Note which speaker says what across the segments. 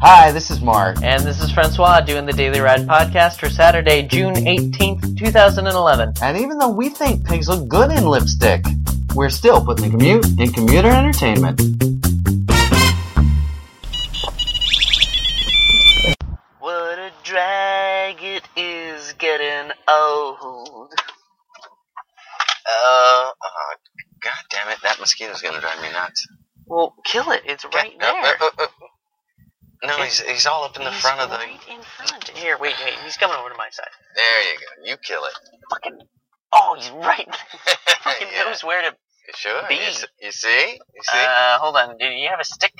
Speaker 1: Hi, this is Mark.
Speaker 2: And this is Francois doing the Daily Ride podcast for Saturday, June 18th, 2011.
Speaker 1: And even though we think pigs look good in lipstick, we're still putting the commute in commuter entertainment.
Speaker 2: What a drag it is getting old.
Speaker 1: Uh, uh God damn it, that mosquito's gonna drive me nuts.
Speaker 2: Well, kill it. It's right
Speaker 1: No,
Speaker 2: there.
Speaker 1: uh, uh, uh, no, he's, he's all up in the
Speaker 2: He's
Speaker 1: front of the.
Speaker 2: right in front. Here, wait, wait. He's coming over to my side.
Speaker 1: There you go. You kill it.
Speaker 2: Fucking. Oh, he's right. Fucking
Speaker 1: Yeah,
Speaker 2: knows where to.
Speaker 1: Sure.
Speaker 2: be.
Speaker 1: You, s- you see? You see?
Speaker 2: Uh, hold on. Do you have a stick?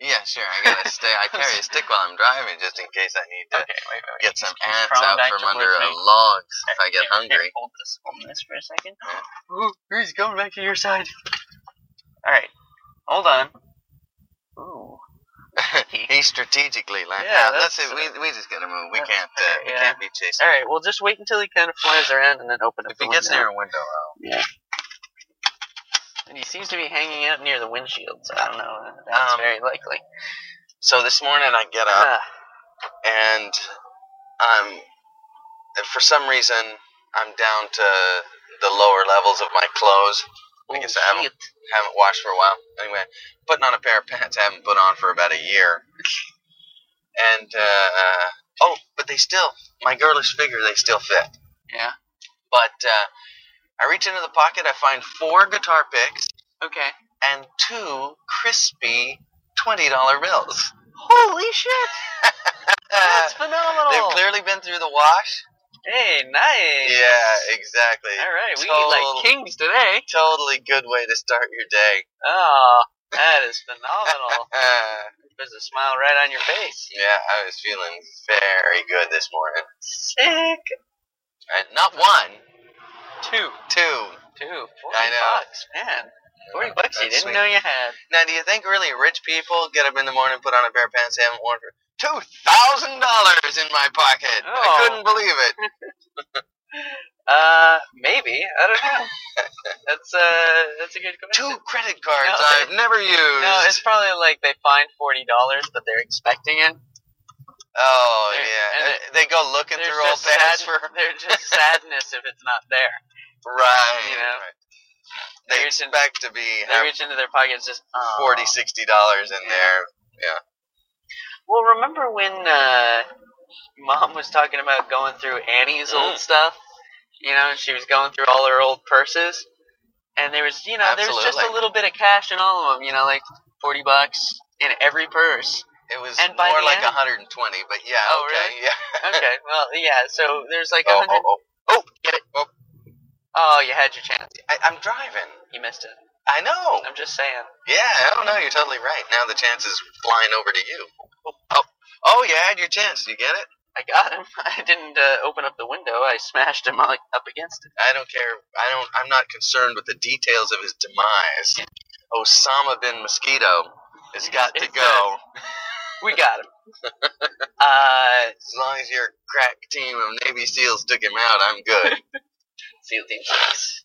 Speaker 1: yeah, sure. I gotta stay. I carry a stick while I'm driving just in case I need to
Speaker 2: Okay, wait, wait.
Speaker 1: get some
Speaker 2: He's
Speaker 1: ants
Speaker 2: crawling
Speaker 1: out
Speaker 2: back
Speaker 1: from
Speaker 2: towards
Speaker 1: under a
Speaker 2: me.
Speaker 1: log if I get
Speaker 2: Here, here,
Speaker 1: hungry.
Speaker 2: hold this, hold this for a second.
Speaker 1: Yeah.
Speaker 2: Ooh, he's going back to your side. All right, hold on. Ooh,
Speaker 1: he strategically landed.
Speaker 2: Yeah,
Speaker 1: Yeah, that's,
Speaker 2: that's,
Speaker 1: it. We, we just gotta move. We
Speaker 2: uh,
Speaker 1: can't. Uh, we
Speaker 2: yeah.
Speaker 1: can't be chasing.
Speaker 2: all right. Well, just wait until he kind of flies around and then open up.
Speaker 1: If he
Speaker 2: the
Speaker 1: gets near
Speaker 2: window.
Speaker 1: a window, uh, I'll
Speaker 2: and he seems to be hanging out near the windshield, so I don't know. That's
Speaker 1: Um,
Speaker 2: very likely.
Speaker 1: So this morning I get up
Speaker 2: Ah,
Speaker 1: and I'm, and for some reason, I'm down to the lower levels of my clothes. I guess I
Speaker 2: oh,
Speaker 1: haven't, haven't washed for a while. Anyway, putting on a pair of pants I haven't put on for about a year. And, uh, oh, but they still, my girlish figure, they still fit.
Speaker 2: Yeah.
Speaker 1: But uh, I reach into the pocket, I find four guitar picks
Speaker 2: Okay.
Speaker 1: and two crispy $20 bills.
Speaker 2: Holy shit! That's phenomenal.
Speaker 1: Uh, They've clearly been through the wash.
Speaker 2: hey, nice.
Speaker 1: Yeah, exactly.
Speaker 2: All right, we eat
Speaker 1: Total-
Speaker 2: like kings today.
Speaker 1: Totally good way to start your day.
Speaker 2: Oh, that is phenomenal.
Speaker 1: Uh,
Speaker 2: There's a smile right on your face.
Speaker 1: yeah, I was feeling very good this morning.
Speaker 2: Sick.
Speaker 1: And not one,
Speaker 2: Two.
Speaker 1: two.
Speaker 2: Two. 40
Speaker 1: I know.
Speaker 2: bucks, man. 40 bucks you
Speaker 1: That's
Speaker 2: didn't
Speaker 1: sweet.
Speaker 2: know you had.
Speaker 1: Now, do you think really rich people get up in the morning, put on a pair of pants they haven't worn for two thousand dollars in my pocket?
Speaker 2: Oh.
Speaker 1: I couldn't believe it.
Speaker 2: Uh, maybe. I don't know. that's, uh, that's a good question.
Speaker 1: Two credit cards
Speaker 2: No,
Speaker 1: I've never used.
Speaker 2: No, it's probably like they find $40, but they're expecting it.
Speaker 1: oh
Speaker 2: They're-
Speaker 1: yeah,
Speaker 2: and
Speaker 1: Uh, they go looking
Speaker 2: There's
Speaker 1: through old
Speaker 2: just
Speaker 1: pants
Speaker 2: sad-
Speaker 1: for right.
Speaker 2: There's just sadness if it's not there. you know,
Speaker 1: right. They
Speaker 2: they're
Speaker 1: expect to be
Speaker 2: They
Speaker 1: have
Speaker 2: reach into their pockets just, "Aw."
Speaker 1: forty, sixty dollars in
Speaker 2: Yeah.
Speaker 1: there.
Speaker 2: Well, remember when uh, mom was talking about going through Annie's
Speaker 1: Mm.
Speaker 2: old stuff? You know, she was going through all her old purses, and there was, you know, there was just a
Speaker 1: Absolutely.
Speaker 2: little bit of cash in all of them. You know, like forty bucks in every purse.
Speaker 1: It was
Speaker 2: And by
Speaker 1: more
Speaker 2: the
Speaker 1: like
Speaker 2: end-
Speaker 1: a hundred and twenty, but yeah,
Speaker 2: Oh,
Speaker 1: okay,
Speaker 2: really?
Speaker 1: yeah.
Speaker 2: Okay, well, yeah. So there's like a
Speaker 1: Oh,
Speaker 2: hundred.
Speaker 1: oh, oh, oh, get it. Oh,
Speaker 2: Oh, you had your chance.
Speaker 1: I, I'm driving.
Speaker 2: You missed it.
Speaker 1: I know.
Speaker 2: I'm just saying.
Speaker 1: Yeah, oh no, you're totally right. Now the chance is flying over to you. Oh, oh, you had your chance. You get it?
Speaker 2: I got him. I didn't uh, open up the window. I smashed him like, up against it.
Speaker 1: I don't care. I don't. I'm not concerned with the details of his demise. Osama bin Mosquito has got to
Speaker 2: It's
Speaker 1: go.
Speaker 2: We got him. uh,
Speaker 1: As long as your crack team of Navy SEALs took him out, I'm good.
Speaker 2: SEAL Team Six,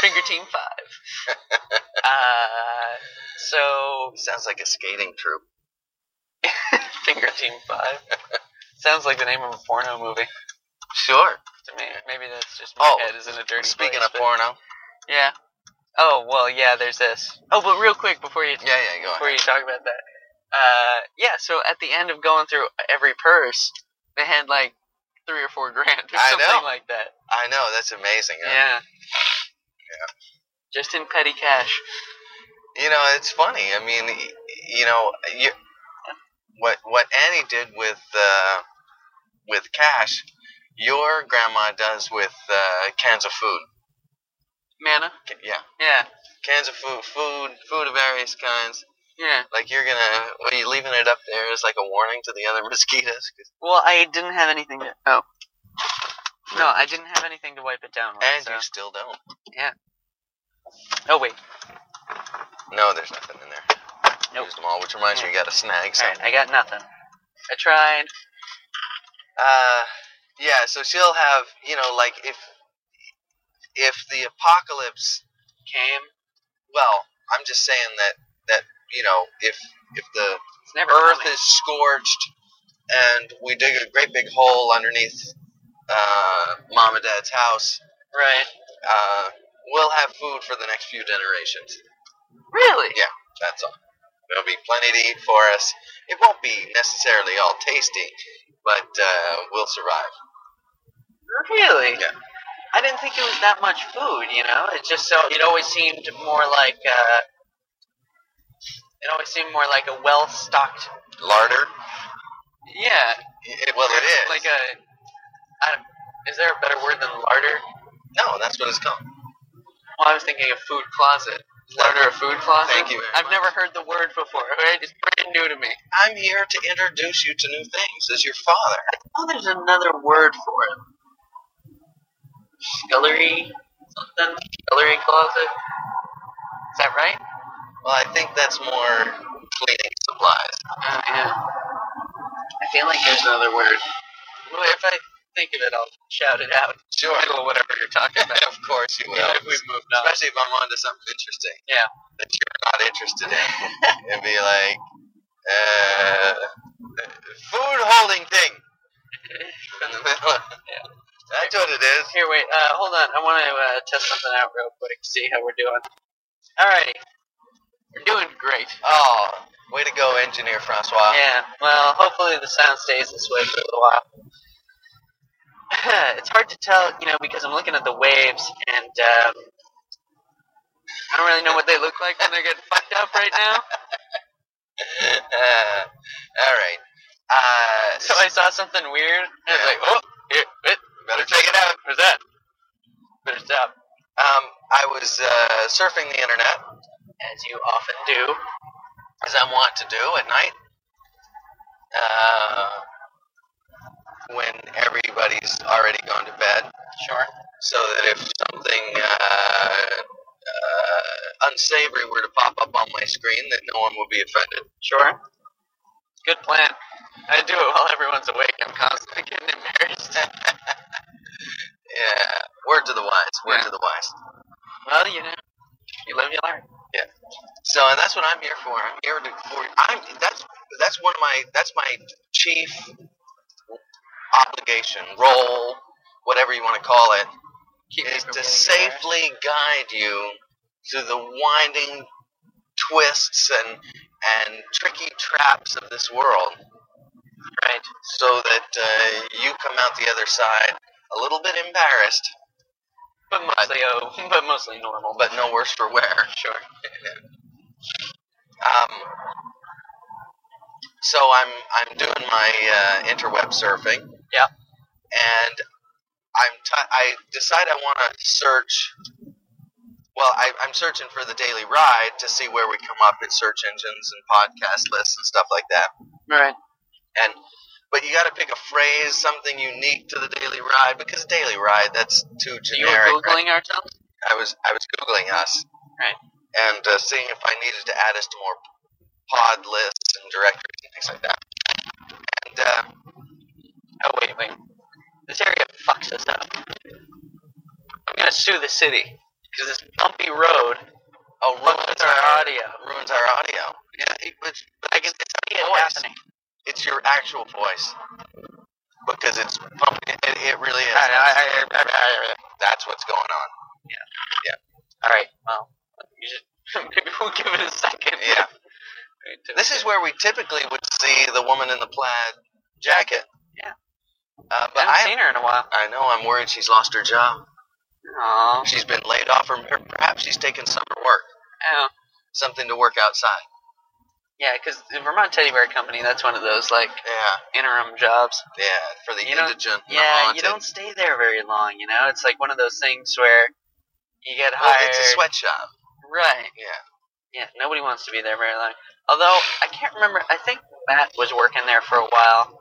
Speaker 2: Finger Team Five. Uh, so
Speaker 1: Sounds like a skating troop.
Speaker 2: Finger Team Five sounds like the name of a porno movie
Speaker 1: Sure.
Speaker 2: to me. Maybe that's just my
Speaker 1: Oh,
Speaker 2: head is in a dirty.
Speaker 1: Speaking
Speaker 2: place,
Speaker 1: of
Speaker 2: but-
Speaker 1: porno.
Speaker 2: yeah. Oh well, yeah. There's this. Oh, but real quick before you
Speaker 1: Yeah, yeah, go
Speaker 2: before
Speaker 1: on.
Speaker 2: you talk about that, uh, yeah. So at the end of going through every purse, they had like three or four grand or
Speaker 1: I
Speaker 2: something
Speaker 1: know.
Speaker 2: like that.
Speaker 1: I know that's amazing. huh?
Speaker 2: Yeah. yeah. Just in petty cash.
Speaker 1: You know, it's funny. I mean, y- you know, you, what what Annie did with uh, with cash, your grandma does with uh, cans of food.
Speaker 2: Mana.
Speaker 1: Ca- Yeah,
Speaker 2: Yeah.
Speaker 1: cans of food, food, food of various kinds.
Speaker 2: Yeah.
Speaker 1: Like you're gonna, what are you leaving it up there as like a warning to the other mosquitoes? 'Cause-
Speaker 2: Well, I didn't have anything to. Oh. No, I didn't have anything to wipe it down with.
Speaker 1: And
Speaker 2: so-
Speaker 1: you still don't.
Speaker 2: Oh wait,
Speaker 1: No, there's nothing in there.
Speaker 2: Nope.
Speaker 1: Used them all, which reminds me, you gotta snag
Speaker 2: all right,
Speaker 1: something.
Speaker 2: I got nothing. I tried.
Speaker 1: Uh, yeah, so she'll have, you know, like if if the apocalypse
Speaker 2: Came.
Speaker 1: well, I'm just saying that that you know if if the
Speaker 2: It's never
Speaker 1: earth
Speaker 2: coming.
Speaker 1: is scorched and we dig a great big hole underneath uh, mom and dad's house,
Speaker 2: right.
Speaker 1: uh, we'll have food for the next few generations.
Speaker 2: Really?
Speaker 1: Yeah. That's all. There'll be plenty to eat for us. It won't be necessarily all tasty, but uh, we'll survive.
Speaker 2: Really?
Speaker 1: Yeah.
Speaker 2: I didn't think it was that much food, you know? It just so it always seemed more like uh it always seemed more like a well stocked
Speaker 1: Larder?
Speaker 2: Yeah.
Speaker 1: It, well, it is.
Speaker 2: Like a I don't, is there a better word than larder?
Speaker 1: no, that's what it's called.
Speaker 2: Well, I was thinking of food closet. Larder a food closet?
Speaker 1: Thank you very much.
Speaker 2: I've never heard the word before. Right? It's brand new to me.
Speaker 1: I'm here to introduce you to new things as your father.
Speaker 2: Oh, there's another word for it. Scullery something? Scullery closet? Is that right?
Speaker 1: Well, I think that's more cleaning supplies.
Speaker 2: Uh, yeah. I feel like there's another word. Well, if I think of it, I'll shout it out.
Speaker 1: Sure.
Speaker 2: Or whatever you're talking about.
Speaker 1: of course you will.
Speaker 2: yeah, if we've moved on.
Speaker 1: Especially if I'm onto something interesting.
Speaker 2: Yeah.
Speaker 1: That you're not interested in. and be like, uh, food holding thing. In the middle.
Speaker 2: Yeah.
Speaker 1: That's what it is.
Speaker 2: Here, wait. Uh, hold on. I want to uh, test something out real quick. See how we're doing. Alrighty. We're doing great.
Speaker 1: Oh, way to go, engineer Francois.
Speaker 2: Yeah. Well, hopefully the sound stays this way for a little while. it's hard to tell, you know, because I'm looking at the waves and um, I don't really know what they look like when they're getting fucked up right now.
Speaker 1: Uh, all right. Uh,
Speaker 2: So I saw something weird. And I was like, oh, here, wait,
Speaker 1: better check it out.
Speaker 2: what's that? Better stop.
Speaker 1: Um, I was uh, surfing the internet,
Speaker 2: As you often do.
Speaker 1: as I want to do at night. Uh, when everybody's already gone to bed,
Speaker 2: Sure.
Speaker 1: so that if something uh, uh, unsavory were to pop up on my screen, that no one would be offended.
Speaker 2: Sure. Good plan. I do it while everyone's awake. I'm constantly getting embarrassed.
Speaker 1: Yeah, word to the wise, word
Speaker 2: Yeah.
Speaker 1: to the wise.
Speaker 2: well, you know, you live, you learn.
Speaker 1: So and that's what I'm here for. I'm here to for I'm that's that's one of my that's my chief obligation, role, whatever you want to call it,
Speaker 2: Keep me
Speaker 1: is
Speaker 2: from
Speaker 1: to
Speaker 2: getting embarrassed.
Speaker 1: safely guide you through the winding twists and and tricky traps of this world,
Speaker 2: Right.
Speaker 1: so that uh, you come out the other side a little bit embarrassed,
Speaker 2: But mostly, oh, but mostly normal.
Speaker 1: but no worse for wear.
Speaker 2: sure.
Speaker 1: Um, so I'm I'm doing my uh, interweb surfing.
Speaker 2: Yeah.
Speaker 1: And I'm t- I decide I want to search. Well, I, I'm searching for the Daily Ride to see where we come up in search engines and podcast lists and stuff like that.
Speaker 2: Right.
Speaker 1: And but you got to pick a phrase, something unique to the Daily Ride because Daily Ride that's too
Speaker 2: So you were
Speaker 1: generic. right?
Speaker 2: Googling ourselves?
Speaker 1: I was I was googling us,
Speaker 2: Right.
Speaker 1: and uh, seeing if I needed to add us to more pod lists and directories and things like that. And uh,
Speaker 2: Oh, wait, wait. This area fucks us up. I'm going to sue the city. Because this bumpy road
Speaker 1: oh, ruins
Speaker 2: ruins our audio.
Speaker 1: Ruins our audio. Yeah, it, it's,
Speaker 2: Oh, I can see it
Speaker 1: Voice.
Speaker 2: happening.
Speaker 1: it's your actual voice because it's pumping. It, it really is. That's what's going on.
Speaker 2: All right. Well, you should, maybe we'll give it a second.
Speaker 1: Yeah.
Speaker 2: Wait, to-
Speaker 1: This is where we typically would see the woman in the plaid jacket.
Speaker 2: Yeah.
Speaker 1: Uh,
Speaker 2: I
Speaker 1: but
Speaker 2: haven't
Speaker 1: I,
Speaker 2: seen her in a while.
Speaker 1: I know I'm worried she's lost her job.
Speaker 2: Aw.
Speaker 1: She's been laid off, or perhaps she's taken summer work,
Speaker 2: Oh.
Speaker 1: something to work outside.
Speaker 2: Yeah, because the Vermont Teddy Bear Company, that's one of those like
Speaker 1: Yeah.
Speaker 2: interim jobs.
Speaker 1: Yeah, for the
Speaker 2: You don't-
Speaker 1: indigent. and the
Speaker 2: Yeah, you
Speaker 1: haunted.
Speaker 2: don't stay there very long. You know, it's like one of those things where you get
Speaker 1: Well,
Speaker 2: hired.
Speaker 1: it's a sweatshop.
Speaker 2: Right.
Speaker 1: Yeah.
Speaker 2: Yeah. Nobody wants to be there very long. Although I can't remember. I think Matt was working there for a while.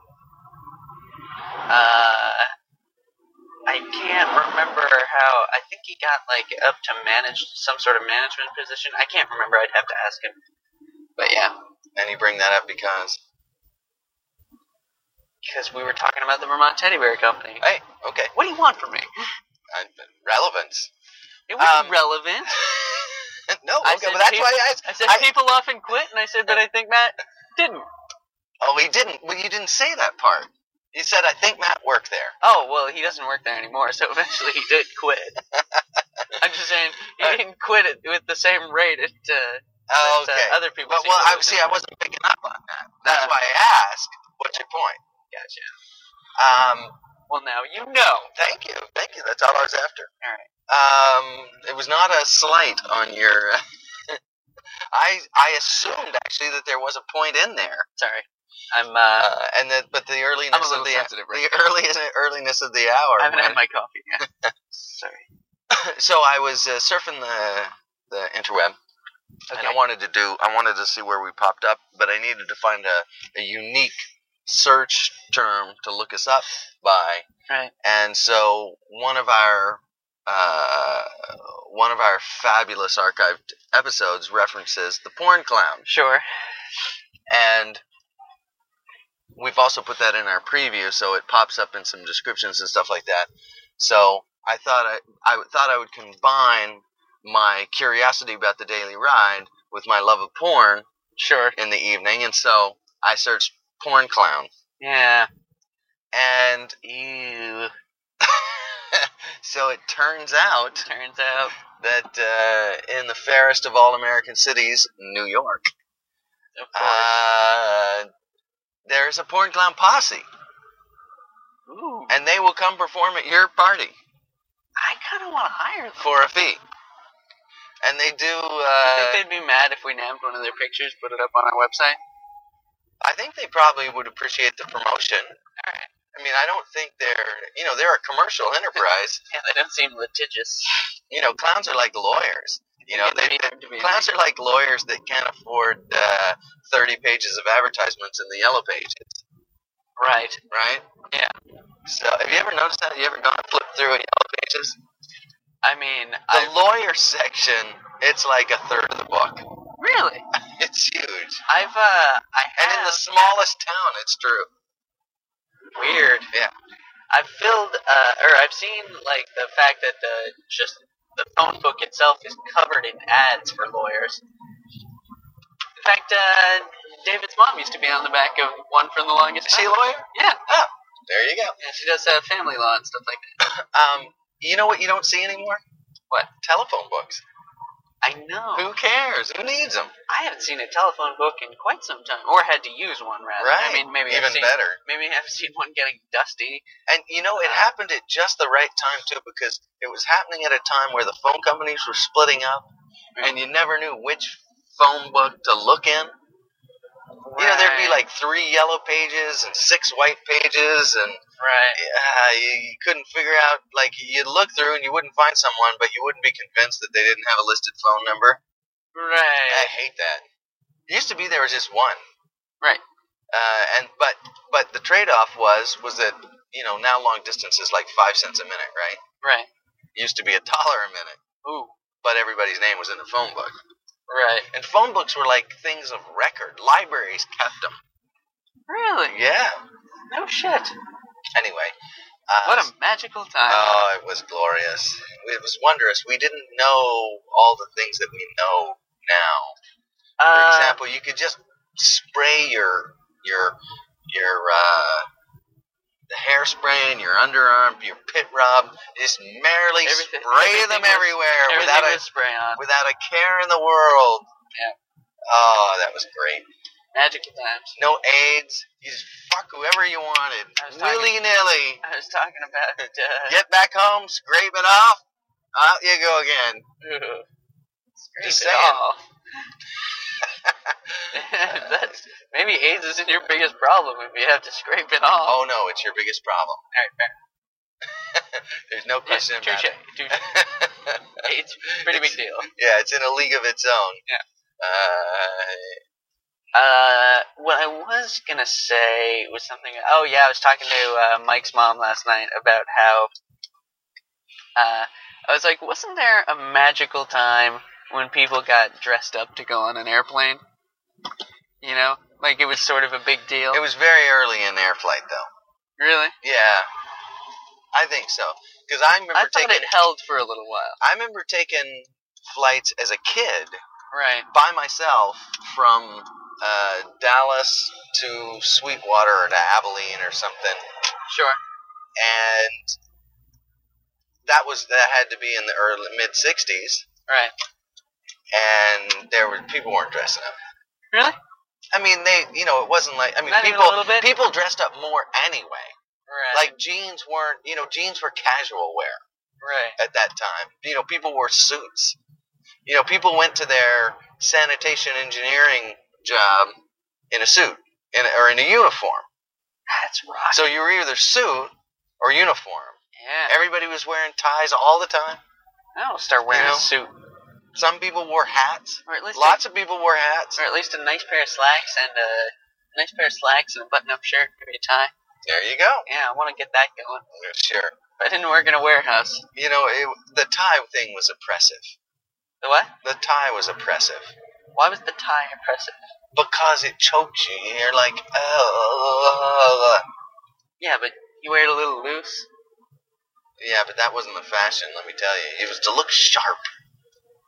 Speaker 2: Uh, I can't remember how. I think he got like up to manage some sort of management position. I can't remember. I'd have to ask him. But yeah,
Speaker 1: And you bring that up because
Speaker 2: because we were talking about the Vermont Teddy Bear Company.
Speaker 1: hey, okay,
Speaker 2: What do you want from me?
Speaker 1: I, relevance.
Speaker 2: It was
Speaker 1: Um,
Speaker 2: relevant.
Speaker 1: no,
Speaker 2: I
Speaker 1: okay,
Speaker 2: said
Speaker 1: but that's why
Speaker 2: people-
Speaker 1: I asked.
Speaker 2: I said
Speaker 1: I-
Speaker 2: people often quit, and I said, but I think Matt didn't.
Speaker 1: Oh, he didn't. Well, you didn't say that part. You said, I think Matt worked there.
Speaker 2: Oh well, he doesn't work there anymore, so eventually he did quit. I'm just saying he
Speaker 1: Uh,
Speaker 2: didn't quit it with the same rate it, uh,
Speaker 1: Oh,
Speaker 2: that
Speaker 1: okay.
Speaker 2: uh, other people.
Speaker 1: but,
Speaker 2: seem
Speaker 1: well,
Speaker 2: to
Speaker 1: I
Speaker 2: do.
Speaker 1: see, I wasn't picking up on that. That's
Speaker 2: Uh.
Speaker 1: why I asked, what's your point?
Speaker 2: Gotcha.
Speaker 1: Um,
Speaker 2: Well, now you know.
Speaker 1: thank you. Thank you. That's all I was after.
Speaker 2: All
Speaker 1: Um, it was not a slight on your. I I assumed actually that there was a point in there,
Speaker 2: Sorry, I'm. Uh,
Speaker 1: uh, and that but the earliness
Speaker 2: I'm a little
Speaker 1: of the uh,
Speaker 2: sensitive right
Speaker 1: the early earliness of the hour.
Speaker 2: I haven't
Speaker 1: when-
Speaker 2: had my coffee yet. Sorry.
Speaker 1: so I was uh, surfing the the interweb, and I wanted to do I wanted to see where we popped up, but I needed to find a, a unique search term to look us up by.
Speaker 2: Right.
Speaker 1: And so one of our uh, one of our fabulous archived episodes references the porn clown,
Speaker 2: Sure.
Speaker 1: and we've also put that in our preview, so it pops up in some descriptions and stuff like that. So I thought I, I thought I would combine my curiosity about the daily ride with my love of porn
Speaker 2: Sure.
Speaker 1: in the evening, and so I searched porn clown,
Speaker 2: Yeah.
Speaker 1: and
Speaker 2: Ew.
Speaker 1: so it turns out
Speaker 2: Turns out
Speaker 1: that uh, in the fairest of all American cities, New York,
Speaker 2: Of course.
Speaker 1: uh, there is a porn clown posse.
Speaker 2: Ooh,
Speaker 1: and they will come perform at your party
Speaker 2: I kind of want to hire them.
Speaker 1: for a fee. And they do.
Speaker 2: I
Speaker 1: Uh,
Speaker 2: think they'd be mad if we named one of their pictures, put it up on our website.
Speaker 1: I think they probably would appreciate the promotion. I mean, I don't think they're. You know, they're a commercial enterprise.
Speaker 2: Yeah, they don't seem litigious.
Speaker 1: You know, clowns are like lawyers. You know, they,
Speaker 2: It'd be-
Speaker 1: clowns are like lawyers that can't afford uh, thirty pages of advertisements in the yellow pages,
Speaker 2: right.
Speaker 1: right?
Speaker 2: Yeah.
Speaker 1: So, have you ever noticed that? You ever gone to flip through a yellow pages?
Speaker 2: I mean,
Speaker 1: The
Speaker 2: I
Speaker 1: lawyer section, it's like a third of the book.
Speaker 2: really,
Speaker 1: It's huge.
Speaker 2: I've uh, I
Speaker 1: And
Speaker 2: have
Speaker 1: in the smallest town, it's true.
Speaker 2: weird.
Speaker 1: Yeah.
Speaker 2: I've filled, uh, or I've seen like the fact that the just the phone book itself is covered in ads for lawyers. In fact, uh, David's mom used to be on the back of one for the longest
Speaker 1: Is she a
Speaker 2: time.
Speaker 1: lawyer?
Speaker 2: Uh-huh.
Speaker 1: Oh,
Speaker 2: Yeah,
Speaker 1: There you go.
Speaker 2: yeah, she does uh, family law and stuff like that.
Speaker 1: Um, you know what you don't see anymore?
Speaker 2: What?
Speaker 1: Telephone books.
Speaker 2: I know.
Speaker 1: Who cares? Who needs them?
Speaker 2: I haven't seen a telephone book in quite some time, or had to use one rather.
Speaker 1: Right.
Speaker 2: I mean, maybe
Speaker 1: Even
Speaker 2: I've seen,
Speaker 1: better.
Speaker 2: Maybe I've seen one getting dusty.
Speaker 1: And you know, it
Speaker 2: Uh,
Speaker 1: happened at just the right time too, because it was happening at a time where the phone companies were splitting up, and you never knew which phone book to look in. You know, there'd be
Speaker 2: Right,
Speaker 1: like three yellow pages and six white pages, and
Speaker 2: right.
Speaker 1: uh, you, you couldn't figure out. Like you'd look through and you wouldn't find someone, but you wouldn't be convinced that they didn't have a listed phone number. I
Speaker 2: Right.
Speaker 1: hate that. It used to be there was just one.
Speaker 2: Right.
Speaker 1: Uh, and but but the trade off was was that you know now long distance is like five cents a minute, right?
Speaker 2: Right.
Speaker 1: Used to be a dollar a minute,
Speaker 2: Ooh.
Speaker 1: but everybody's name was in the phone book.
Speaker 2: Right.
Speaker 1: And phone books were like things of record. Libraries kept them.
Speaker 2: Really?
Speaker 1: Yeah.
Speaker 2: No shit.
Speaker 1: Anyway. Uh,
Speaker 2: What a magical time.
Speaker 1: Oh, it was glorious. It was wondrous. We didn't know all the things that we know now. For
Speaker 2: Uh,
Speaker 1: example, you could just spray your your your uh, the hairspray in your underarm, your pit rub, just merrily
Speaker 2: Everything-
Speaker 1: spray
Speaker 2: everything
Speaker 1: them
Speaker 2: was-
Speaker 1: everywhere
Speaker 2: everything
Speaker 1: without a
Speaker 2: was spray on.
Speaker 1: without a care in the world.
Speaker 2: Yeah.
Speaker 1: Oh, that was great.
Speaker 2: Magical times.
Speaker 1: No AIDS. You just fuck whoever you wanted,
Speaker 2: I was talking-
Speaker 1: willy nilly.
Speaker 2: I was talking about. Uh,
Speaker 1: Get back home, scrape it off. Out you go again.
Speaker 2: Ugh. Scrape
Speaker 1: Just
Speaker 2: it
Speaker 1: saying.
Speaker 2: off. That's maybe AIDS isn't your biggest problem if you have to scrape it off.
Speaker 1: Oh no, it's your biggest problem.
Speaker 2: All right, fair.
Speaker 1: There's no
Speaker 2: Yeah,
Speaker 1: question about
Speaker 2: touche, touche.
Speaker 1: it.
Speaker 2: It's a pretty big deal.
Speaker 1: Yeah, it's in a league of its own.
Speaker 2: Yeah.
Speaker 1: Uh,
Speaker 2: Uh, what I was gonna say was something. Oh yeah, I was talking to uh, Mike's mom last night about how. Uh, I was like, wasn't there a magical time when people got dressed up to go on an airplane? You know, like it was sort of a big deal.
Speaker 1: it was very early in air flight, though.
Speaker 2: really,
Speaker 1: Yeah, I think so. Because I remember
Speaker 2: I thought
Speaker 1: taking
Speaker 2: it held for a little while.
Speaker 1: I remember taking flights as a kid
Speaker 2: Right.
Speaker 1: by myself from uh, Dallas to Sweetwater or to Abilene or something,
Speaker 2: Sure.
Speaker 1: and that was that had to be in the early mid '60s,
Speaker 2: Right.
Speaker 1: and there were people weren't dressing up.
Speaker 2: Really?
Speaker 1: I mean, they you know it wasn't like I mean
Speaker 2: Not even a
Speaker 1: people
Speaker 2: little bit?
Speaker 1: people dressed up more anyway.
Speaker 2: Right.
Speaker 1: Like jeans weren't you know jeans were casual wear.
Speaker 2: right.
Speaker 1: at that time. You know, people wore suits. You know, people went to their sanitation engineering job in a suit in, or in a uniform.
Speaker 2: That's rock.
Speaker 1: So you were either suit or uniform.
Speaker 2: yeah.
Speaker 1: Everybody was wearing ties all the time.
Speaker 2: I'll start wearing
Speaker 1: You know?
Speaker 2: a suit,
Speaker 1: Some people wore hats.
Speaker 2: or at least
Speaker 1: Lots of people wore hats.
Speaker 2: a, or at least a nice pair of slacks and a nice pair of slacks and a button-up shirt, maybe a tie.
Speaker 1: There you go.
Speaker 2: Yeah, I want to get that going.
Speaker 1: Sure.
Speaker 2: If I didn't work in a warehouse.
Speaker 1: You know, it, the tie thing was oppressive.
Speaker 2: The what?
Speaker 1: The tie was oppressive
Speaker 2: Why was the tie impressive?
Speaker 1: because it choked you. and You're like, oh,
Speaker 2: Yeah, but you wear it a little loose.
Speaker 1: yeah, but that wasn't the fashion. Let me tell you, it was to look sharp.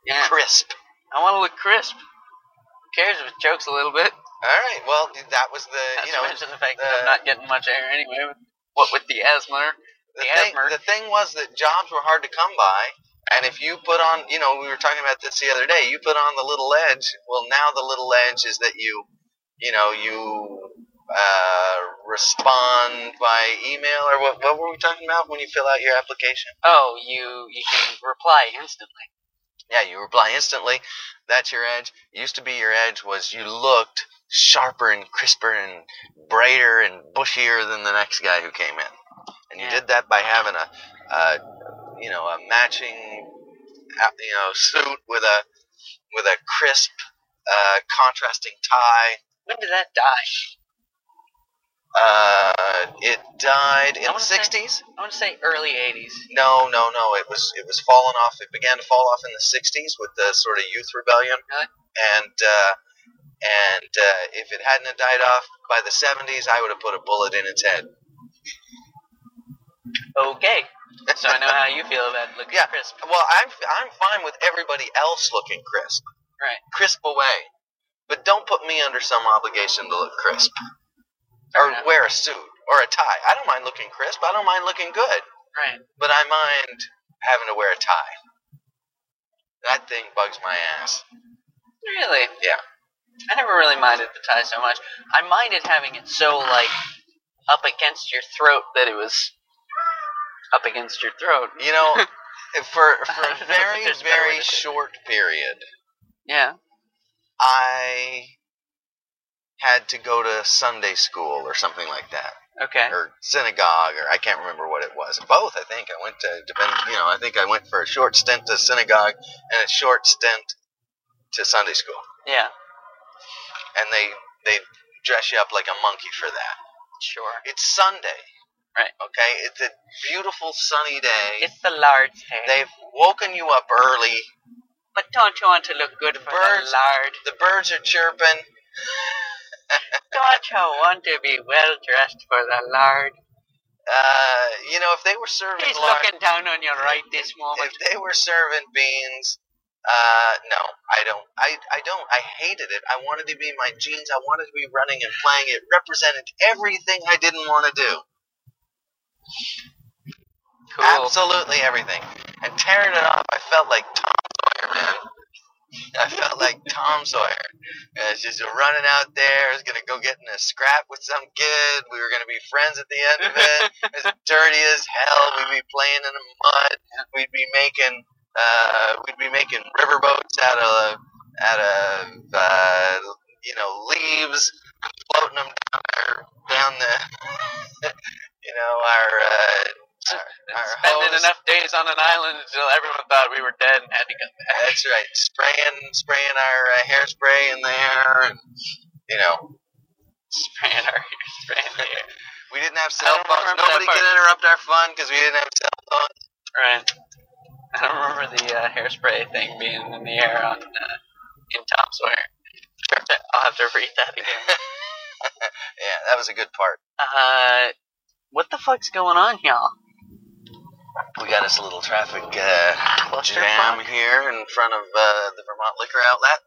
Speaker 2: Yeah.
Speaker 1: crisp.
Speaker 2: I want to look crisp. Who cares if it chokes a little bit?
Speaker 1: All right. Well, that was the
Speaker 2: Not
Speaker 1: you
Speaker 2: to
Speaker 1: know
Speaker 2: mention the fact that
Speaker 1: uh,
Speaker 2: I'm not getting much air anyway. With, what with the asthma?
Speaker 1: the
Speaker 2: the
Speaker 1: thing.
Speaker 2: asthma.
Speaker 1: The thing was that jobs were hard to come by, and if you put on, you know, we were talking about this the other day. You put on the little edge. Well, now the little edge is that you, you know, you uh, respond by email or what? What were we talking about when you fill out your application?
Speaker 2: Oh, you you can reply instantly.
Speaker 1: Yeah, you reply instantly. That's your edge. Used to be your edge was you looked sharper and crisper and brighter and bushier than the next guy who came in, and you
Speaker 2: Yeah.
Speaker 1: did that by having a, uh, you know, a matching, uh, you know, suit with a with a crisp, uh, contrasting tie.
Speaker 2: When did that die? Uh,
Speaker 1: It died in the
Speaker 2: I wanna say-
Speaker 1: '60s.
Speaker 2: I want to say early '80s.
Speaker 1: No, no, no. It was it was falling off. It began to fall off in the '60s with the sort of youth rebellion,
Speaker 2: Really?
Speaker 1: and uh, and uh, if it hadn't have died off by the '70s, I would have put a bullet in its head.
Speaker 2: Okay, so I know how you feel about looking
Speaker 1: Yeah.
Speaker 2: crisp.
Speaker 1: Well, I'm I'm fine with everybody else looking crisp,
Speaker 2: Right.
Speaker 1: crisp away, but don't put me under some obligation to look crisp
Speaker 2: Fair
Speaker 1: or
Speaker 2: enough.
Speaker 1: wear a suit or a tie. I don't mind looking crisp. I don't mind looking good,
Speaker 2: Right.
Speaker 1: but I mind having to wear a tie. That thing bugs my ass.
Speaker 2: Really?
Speaker 1: Yeah.
Speaker 2: I never really minded the tie so much. I minded having it so like up against your throat that it was up against your throat.
Speaker 1: You know, for for
Speaker 2: I don't
Speaker 1: a
Speaker 2: think
Speaker 1: very
Speaker 2: there's a better way
Speaker 1: very
Speaker 2: to say it.
Speaker 1: short period,
Speaker 2: Yeah.
Speaker 1: I had to go to Sunday school or something like that,
Speaker 2: Okay.
Speaker 1: or synagogue, or I can't remember what it was. Both, I think. I went to depend. You know, I think I went for a short stint to synagogue and a short stint to Sunday school,
Speaker 2: Yeah.
Speaker 1: and they they dress you up like a monkey for that.
Speaker 2: Sure.
Speaker 1: It's Sunday,
Speaker 2: Right.
Speaker 1: Okay, it's a beautiful sunny day.
Speaker 2: It's the lard hair.
Speaker 1: They've woken you up early.
Speaker 2: but don't you want to look good for
Speaker 1: Birds-
Speaker 2: the lard?
Speaker 1: The birds are chirping.
Speaker 2: Don't you want to be well dressed for the lard?
Speaker 1: Uh, you know, if they were serving
Speaker 2: He's
Speaker 1: lar-
Speaker 2: looking down on you right this moment.
Speaker 1: if they were serving beans, uh, no, I don't. I, I don't. I hated it. I wanted to be in my jeans. I wanted to be running and playing. It represented everything I didn't want to do.
Speaker 2: Cool.
Speaker 1: Absolutely everything. And tearing it off, I felt like Tom Sawyer, man. I felt like Tom Sawyer. I was just running out there. I was gonna go get in a scrap with some kid. We were gonna be friends at the end of it. as dirty as hell. We'd be playing in the mud. We'd be making uh, we'd be making riverboats out of out of uh, you know leaves, floating them down our, down the you know our. Uh, our
Speaker 2: Spending
Speaker 1: hose.
Speaker 2: enough days on an island until everyone thought we were dead and had to go.
Speaker 1: That's right. Spraying, spraying our uh, hairspray in there, and you know,
Speaker 2: Spraying our spraying the air.
Speaker 1: we didn't have
Speaker 2: I
Speaker 1: cell
Speaker 2: don't
Speaker 1: phones.
Speaker 2: remember that
Speaker 1: Nobody
Speaker 2: part.
Speaker 1: could interrupt our fun because we didn't have cell phones.
Speaker 2: Right. I don't remember the uh, hairspray thing being in the air on uh, in Tom Sawyer. I'll have to read that again.
Speaker 1: Yeah, that was a good part.
Speaker 2: Uh, what the fuck's going on, y'all?
Speaker 1: We got us a little traffic uh,
Speaker 2: Clusterfuck.
Speaker 1: jam here in front of uh, the Vermont Liquor Outlet.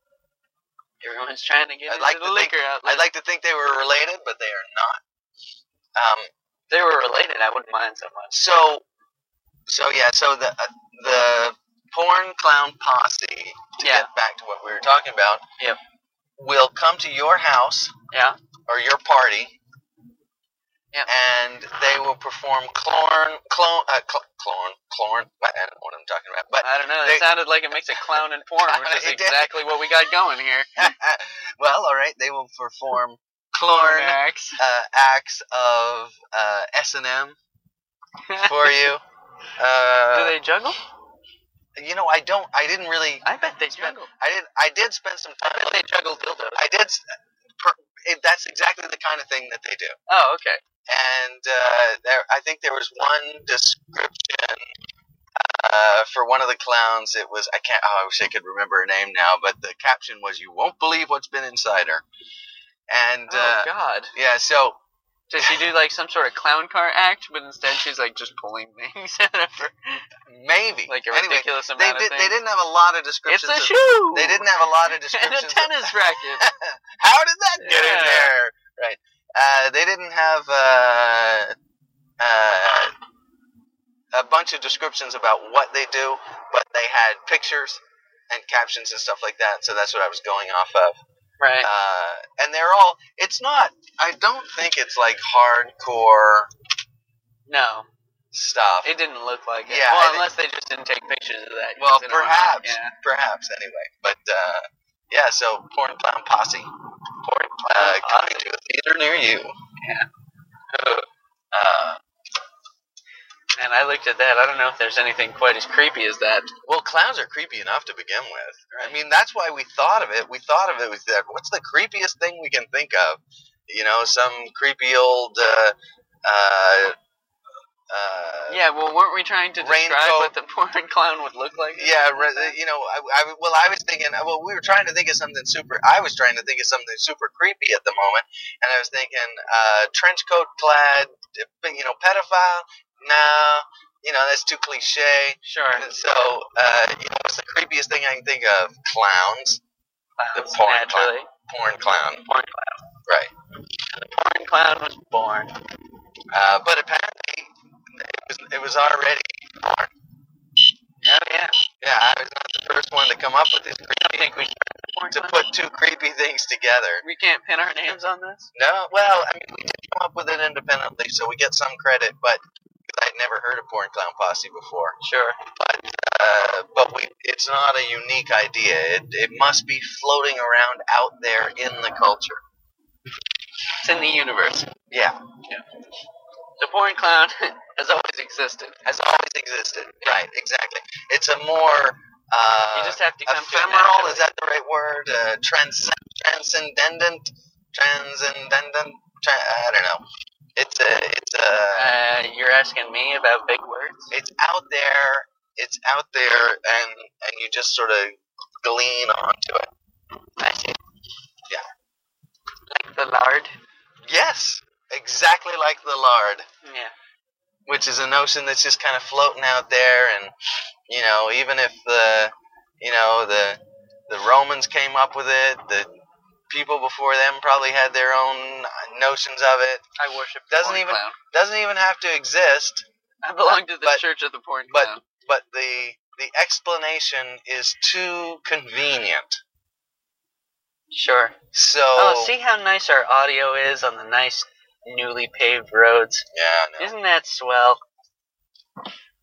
Speaker 2: Everyone's trying to get
Speaker 1: I'd
Speaker 2: into
Speaker 1: like
Speaker 2: the
Speaker 1: to think-
Speaker 2: liquor outlet.
Speaker 1: I'd like to think they were related, but they are not. Um,
Speaker 2: they were related. I wouldn't mind so much.
Speaker 1: so, so yeah, so the uh, the porn clown posse. To
Speaker 2: Yeah.
Speaker 1: get back to what we were talking about.
Speaker 2: Yep.
Speaker 1: Will come to your house.
Speaker 2: Yeah.
Speaker 1: Or your party.
Speaker 2: Yep.
Speaker 1: And they will perform clorn, clone, uh, cl- clorn, clorn. I don't know what I'm talking about, but
Speaker 2: I don't know.
Speaker 1: they-
Speaker 2: It sounded like a mix of clown and porn, which is
Speaker 1: It did.
Speaker 2: exactly what we got going here.
Speaker 1: well, all right. They will perform clorn
Speaker 2: Max.
Speaker 1: uh, acts of uh, S and M for you.
Speaker 2: Do
Speaker 1: Uh,
Speaker 2: they juggle?
Speaker 1: you know, I don't. I didn't really.
Speaker 2: I bet they
Speaker 1: spend-
Speaker 2: juggle.
Speaker 1: I did. I did spend some time.
Speaker 2: bet they juggle dildos.
Speaker 1: I did. s- Per, it, that's exactly the kind of thing that they do.
Speaker 2: Oh, okay.
Speaker 1: And uh, there, I think there was one description uh, for one of the clowns. It was I can't. Oh, I wish I could remember her name now. But the caption was, "You won't believe what's been inside her." And
Speaker 2: oh
Speaker 1: uh,
Speaker 2: God.
Speaker 1: yeah, so
Speaker 2: Does she do like some sort of clown car act, but instead she's like just pulling things out of her,
Speaker 1: maybe
Speaker 2: like a
Speaker 1: anyway,
Speaker 2: ridiculous
Speaker 1: they
Speaker 2: amount
Speaker 1: did.
Speaker 2: of
Speaker 1: They
Speaker 2: things?
Speaker 1: didn't have a lot of
Speaker 2: it's
Speaker 1: descriptions.
Speaker 2: a
Speaker 1: of-
Speaker 2: shoe.
Speaker 1: They didn't have a lot of
Speaker 2: And
Speaker 1: descriptions. of-
Speaker 2: a tennis racket.
Speaker 1: How did that get
Speaker 2: Yeah.
Speaker 1: in there? Right. Uh, they didn't have uh, uh, a bunch of descriptions about what they do, but they had pictures and captions and stuff like that. So that's what I was going off of.
Speaker 2: right.
Speaker 1: Uh, and they're all. It's not. I don't think it's like hardcore
Speaker 2: No,
Speaker 1: stuff.
Speaker 2: it didn't look like it.
Speaker 1: Yeah, I
Speaker 2: well,
Speaker 1: thi-
Speaker 2: unless they just didn't take pictures of that.
Speaker 1: well,
Speaker 2: It's in a while,
Speaker 1: perhaps,
Speaker 2: Yeah.
Speaker 1: perhaps anyway. But uh, yeah, so porn clown posse, porn uh,
Speaker 2: Clown
Speaker 1: coming to a theater near you.
Speaker 2: Uh, and I looked at that. I don't know if there's anything quite as creepy as that.
Speaker 1: Well, clowns are creepy enough to begin with. I mean, that's why we thought of it. We thought of it was that what's the creepiest thing we can think of? You know, some creepy old. Uh, uh, uh,
Speaker 2: yeah. Well, weren't we trying to describe
Speaker 1: Raincoat.
Speaker 2: what the porn clown would look like?
Speaker 1: Yeah, re- uh, you know, I, I- well, I was thinking, well, we were trying to think of something super. I was trying to think of something super creepy at the moment, and I was thinking, uh, trench coat clad, you know, pedophile. No, you know, that's too cliche.
Speaker 2: Sure.
Speaker 1: And so, uh, you know, what's the creepiest thing I can think of? Clowns, the
Speaker 2: Clowns,
Speaker 1: porn
Speaker 2: naturally.
Speaker 1: porn clown,
Speaker 2: Porn clown.
Speaker 1: right?
Speaker 2: Porn clown was born.
Speaker 1: Uh, but apparently, it was it was already.
Speaker 2: Oh yeah.
Speaker 1: Yeah, I was not the first one to come up with this
Speaker 2: I
Speaker 1: creepy
Speaker 2: think we should porn
Speaker 1: to
Speaker 2: clown.
Speaker 1: put two creepy things together.
Speaker 2: We can't pin our names on this.
Speaker 1: No, well, I mean, we did come up with it independently, so we get some credit, but because I'd never heard of Porn Clown Posse before.
Speaker 2: Sure.
Speaker 1: Uh, but we, it's not a unique idea. It, it must be floating around out there in the culture.
Speaker 2: It's in the universe.
Speaker 1: Yeah,
Speaker 2: The porn clown has always existed.
Speaker 1: has always existed. Right, exactly. It's a more uh,
Speaker 2: You just have to come to it
Speaker 1: ephemeral.
Speaker 2: naturally.
Speaker 1: Is that the right word? Uh, trans- transcendent, transcendent. Tra- I don't know. It's a it's a
Speaker 2: Uh, you're asking me about big words.
Speaker 1: it's out there it's out there and and you just sort of glean onto it
Speaker 2: I see.
Speaker 1: Yeah.
Speaker 2: Like the lard.
Speaker 1: yes exactly like the lard
Speaker 2: Yeah.
Speaker 1: which is a notion that's just kind of floating out there and you know even if the you know the the romans came up with it the people before them probably had their own notions of it
Speaker 2: I worship.
Speaker 1: the Doesn't porn even-
Speaker 2: Clown.
Speaker 1: doesn't even have to exist
Speaker 2: I belong to the
Speaker 1: but-
Speaker 2: church of the porn
Speaker 1: but-
Speaker 2: clown.
Speaker 1: but the the explanation is too convenient
Speaker 2: Sure.
Speaker 1: so
Speaker 2: Oh, see how nice our audio is on the nice newly paved roads.
Speaker 1: yeah no.
Speaker 2: Isn't that swell?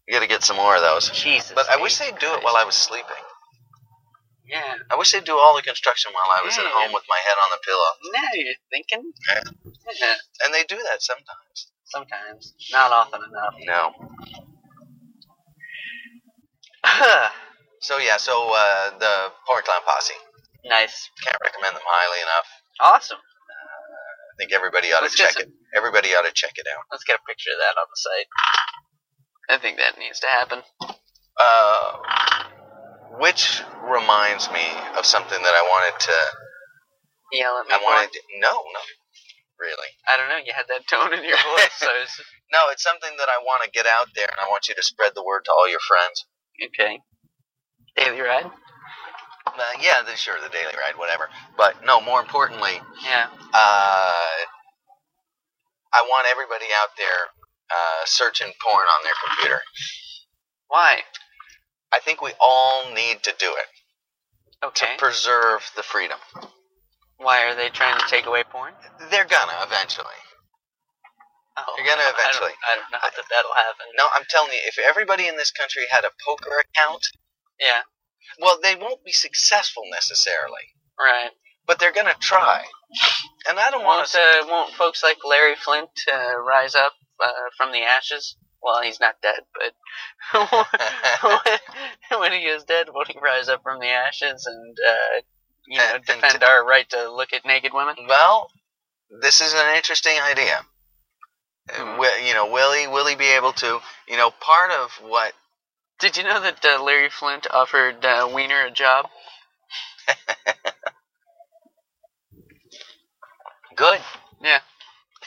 Speaker 1: you gotta get some more of those
Speaker 2: Jesus.
Speaker 1: But I wish
Speaker 2: H.
Speaker 1: they'd do it
Speaker 2: Christ.
Speaker 1: while I was sleeping.
Speaker 2: Yeah.
Speaker 1: I wish they'd do all the construction while I was at
Speaker 2: Yeah.
Speaker 1: home with my head on the pillow.
Speaker 2: Now you're thinking.
Speaker 1: Yeah.
Speaker 2: Yeah.
Speaker 1: And they do that sometimes.
Speaker 2: Sometimes. Not often enough.
Speaker 1: No. So yeah, so uh, the Porn Clown Posse.
Speaker 2: nice.
Speaker 1: Can't recommend them highly enough.
Speaker 2: Awesome.
Speaker 1: I think everybody ought to
Speaker 2: Let's get
Speaker 1: check it. Everybody ought to check it out.
Speaker 2: Let's get a picture of that on the site. I think that needs to happen.
Speaker 1: Uh, which reminds me of something that I wanted to.
Speaker 2: Yell at me.
Speaker 1: I
Speaker 2: more.
Speaker 1: wanted. To, no, no. really.
Speaker 2: I don't know. You had that tone in your voice, so it's,
Speaker 1: No, it's something that I want to get out there, and I want you to spread the word to all your friends.
Speaker 2: okay. Daily ride.
Speaker 1: Uh, yeah, the, sure, the daily ride, whatever. But no, more importantly,
Speaker 2: Yeah.
Speaker 1: uh, I want everybody out there uh, searching porn on their computer.
Speaker 2: Why?
Speaker 1: I think we all need to do it to
Speaker 2: Okay.
Speaker 1: preserve the freedom.
Speaker 2: Why are they trying to take away porn?
Speaker 1: They're gonna eventually.
Speaker 2: Oh,
Speaker 1: You're gonna
Speaker 2: I don't-
Speaker 1: eventually.
Speaker 2: I don't, know that that'll happen.
Speaker 1: No, I'm telling you, if everybody in this country had a poker account,
Speaker 2: Yeah.
Speaker 1: well, they won't be successful necessarily,
Speaker 2: Right.
Speaker 1: but they're gonna try. And I don't want
Speaker 2: Won't,
Speaker 1: to.
Speaker 2: uh, won't folks like Larry Flint uh, rise up uh, from the ashes? Well, he's not dead, but when he is dead, will he rise up from the ashes and uh, you know
Speaker 1: And- and
Speaker 2: defend our right to look at naked women?
Speaker 1: Well, this is an interesting idea. Uh,
Speaker 2: Hmm.
Speaker 1: Wi- You know, will he, will he be able to? You know, part of what.
Speaker 2: Did you know that uh, Larry Flint offered uh, Wiener a job?
Speaker 1: Good.
Speaker 2: Yeah.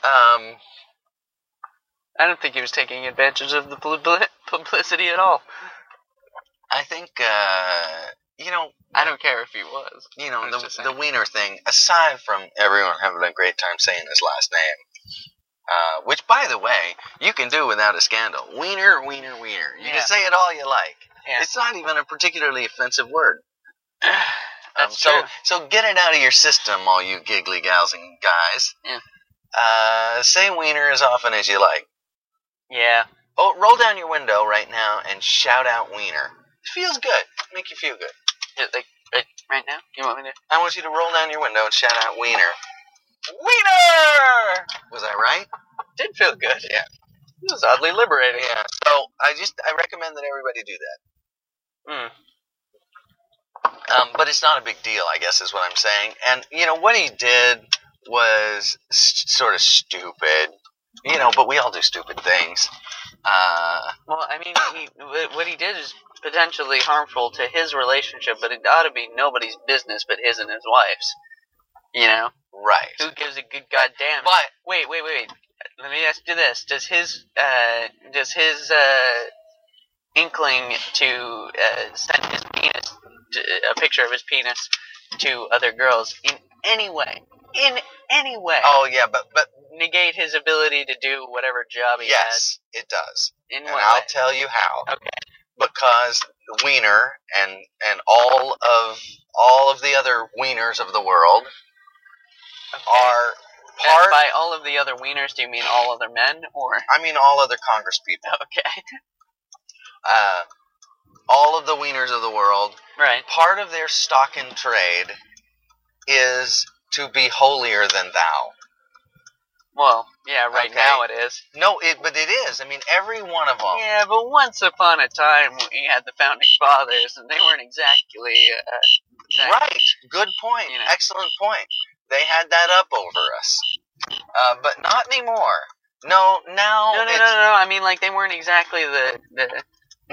Speaker 1: Um,
Speaker 2: I don't think he was taking advantage of the publi- publicity at all.
Speaker 1: I think, uh, you know,
Speaker 2: I don't care if he was.
Speaker 1: you
Speaker 2: I
Speaker 1: know,
Speaker 2: was
Speaker 1: the,
Speaker 2: just saying.
Speaker 1: the wiener thing, aside from everyone having a great time saying his last name, uh, which, by the way, you can do without a scandal. Wiener, wiener, wiener. You
Speaker 2: Yeah.
Speaker 1: can say it all you like.
Speaker 2: Yeah.
Speaker 1: It's not even a particularly offensive word.
Speaker 2: That's
Speaker 1: Um, so,
Speaker 2: true.
Speaker 1: So get it out of your system, all you giggly gals and guys.
Speaker 2: Yeah.
Speaker 1: Uh, say wiener as often as you like.
Speaker 2: Yeah.
Speaker 1: Oh, roll down your window right now and shout out wiener. It feels good. Make you feel good.
Speaker 2: Yeah, Like right, right now, you want me to?
Speaker 1: I want you to roll down your window and shout out wiener. Wiener! Was I right?
Speaker 2: Did feel good.
Speaker 1: Yeah.
Speaker 2: It was oddly liberating.
Speaker 1: Yeah. So I just I recommend that everybody do that.
Speaker 2: Mm.
Speaker 1: Um, but it's not a big deal, I guess, is what I'm saying. And you know what he did was s sort of stupid. You know, but we all do stupid things. Uh,
Speaker 2: Well, I mean, he, wh- what he did is potentially harmful to his relationship, but it ought to be nobody's business but his and his wife's. You know,
Speaker 1: right.
Speaker 2: who gives a good goddamn?
Speaker 1: But
Speaker 2: Wait, wait, wait. Let me ask you this: Does his uh, does his uh, inkling to uh, send his penis to, a picture of his penis to other girls in any way, in any way,
Speaker 1: oh yeah, but but
Speaker 2: negate his ability to do whatever job he
Speaker 1: yes, it does.
Speaker 2: had? In
Speaker 1: and
Speaker 2: what
Speaker 1: I'll
Speaker 2: way?
Speaker 1: tell you how.
Speaker 2: Okay.
Speaker 1: Because Wiener and and all of all of the other Wieners of the world are
Speaker 2: And
Speaker 1: part.
Speaker 2: by all of the other wieners, do you mean all other men? Or
Speaker 1: I mean, all other Congress people.
Speaker 2: okay,
Speaker 1: Uh, all of the Wieners of the world.
Speaker 2: right?
Speaker 1: Part of their stock in trade is to be holier than thou.
Speaker 2: Well, yeah, right
Speaker 1: Okay.
Speaker 2: now it is.
Speaker 1: No, it but it is. I mean, every one of them.
Speaker 2: Yeah, but once upon a time we had the founding fathers, and they weren't exactly. Uh, exact-
Speaker 1: Right. Good point.
Speaker 2: You know.
Speaker 1: Excellent point. They had that up over us, uh, but not anymore. No, now
Speaker 2: No, no, no, no,
Speaker 1: it's-
Speaker 2: no. I mean, like they weren't exactly the. the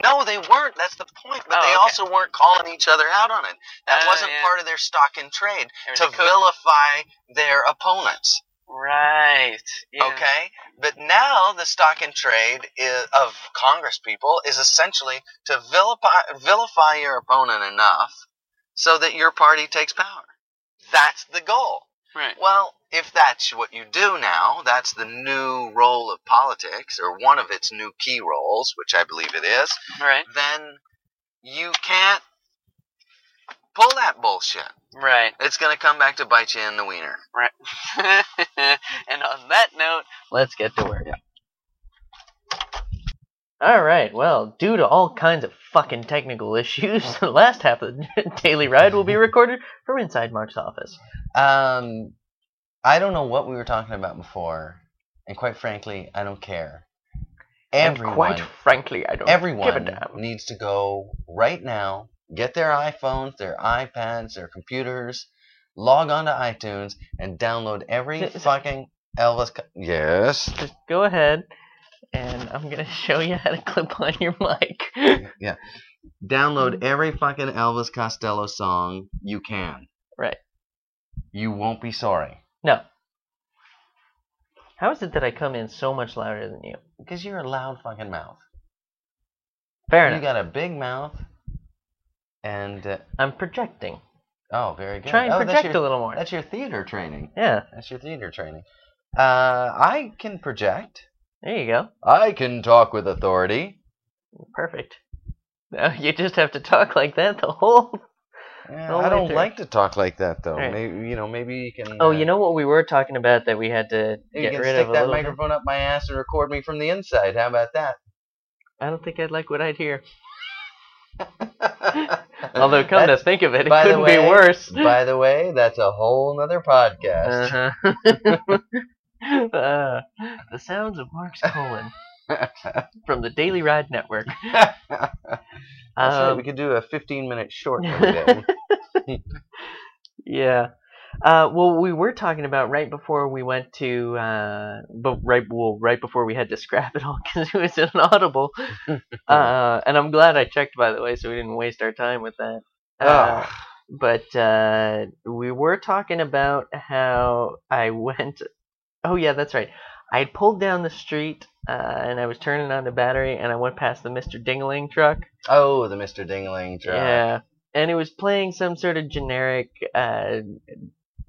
Speaker 1: No, they weren't. That's the point. But
Speaker 2: Oh,
Speaker 1: they
Speaker 2: okay.
Speaker 1: also weren't calling each other out on it. That
Speaker 2: Ah,
Speaker 1: wasn't
Speaker 2: yeah.
Speaker 1: part of their stock in trade
Speaker 2: or
Speaker 1: to
Speaker 2: the cook-
Speaker 1: vilify their opponents.
Speaker 2: Right. Yeah.
Speaker 1: Okay, but now the stock in trade is, of Congress people is essentially to vilify vilify your opponent enough so that your party takes power. That's the goal.
Speaker 2: Right.
Speaker 1: Well, if that's what you do now, that's the new role of politics, or one of its new key roles, which I believe it is.
Speaker 2: Right.
Speaker 1: then you can't pull that bullshit.
Speaker 2: Right.
Speaker 1: It's going to come back to bite you in the wiener.
Speaker 2: and on that note, let's get to work. All right. Well, due to all kinds of fucking technical issues, the last half of the daily ride will be recorded from inside Mark's office.
Speaker 1: Um, I don't know what we were talking about before, and quite frankly, I don't care. Everyone,
Speaker 2: and quite frankly, I don't give a
Speaker 1: everyone
Speaker 2: damn.
Speaker 1: needs to go right now, get their iPhones, their iPads, their computers, log on to iTunes, and download every
Speaker 2: Th-
Speaker 1: fucking Elvis. Co- yes.
Speaker 2: Just go ahead, and I'm gonna show you how to clip on your mic. Mm-hmm.
Speaker 1: download every fucking Elvis Costello song you can.
Speaker 2: Right.
Speaker 1: You won't be sorry.
Speaker 2: no, How is it that I come in so much louder than you?
Speaker 1: Because you're a loud fucking mouth.
Speaker 2: Fair
Speaker 1: you
Speaker 2: enough.
Speaker 1: got a big mouth, and uh,
Speaker 2: I'm projecting.
Speaker 1: oh, very good.
Speaker 2: Try and
Speaker 1: oh,
Speaker 2: project
Speaker 1: that's
Speaker 2: a
Speaker 1: your,
Speaker 2: little more.
Speaker 1: That's your theater training.
Speaker 2: Yeah,
Speaker 1: That's your theater training. Uh, I can project.
Speaker 2: there you go.
Speaker 1: I can talk with authority.
Speaker 2: Perfect. Now you just have to talk like that the whole.
Speaker 1: Yeah,
Speaker 2: No
Speaker 1: I don't
Speaker 2: later.
Speaker 1: like to talk like that though.
Speaker 2: Right.
Speaker 1: Maybe you know, maybe you can.
Speaker 2: Oh,
Speaker 1: uh,
Speaker 2: you know what we were talking about that we had to
Speaker 1: you
Speaker 2: get
Speaker 1: can
Speaker 2: rid
Speaker 1: stick
Speaker 2: of a
Speaker 1: that
Speaker 2: little. bit?
Speaker 1: microphone up my ass and record me from the inside. How about that?
Speaker 2: I don't think I'd like what I'd hear. Although, come
Speaker 1: Uh-huh. That's-
Speaker 2: to think of it, it
Speaker 1: by the
Speaker 2: couldn't be
Speaker 1: way,
Speaker 2: worse.
Speaker 1: By the way, that's a whole nother podcast.
Speaker 2: Uh-huh. Uh, the sounds of Mark's colon from the Daily Ride Network.
Speaker 1: That's right,
Speaker 2: Um,
Speaker 1: we could do a 15 minute short one day.
Speaker 2: Yeah. Uh, well, we were talking about right before we went to, uh, but right, well, right before we had to scrap it all because it was inaudible. uh, and I'm glad I checked, by the way, so we didn't waste our time with that. Uh,
Speaker 1: Ah,
Speaker 2: but uh, we were talking about how I went. Oh yeah, that's right. I had pulled down the street uh, and I was turning on the battery, and I went past the Mister Dingling truck.
Speaker 1: oh, the Mr. Dingling truck.
Speaker 2: Yeah, and it was playing some sort of generic uh,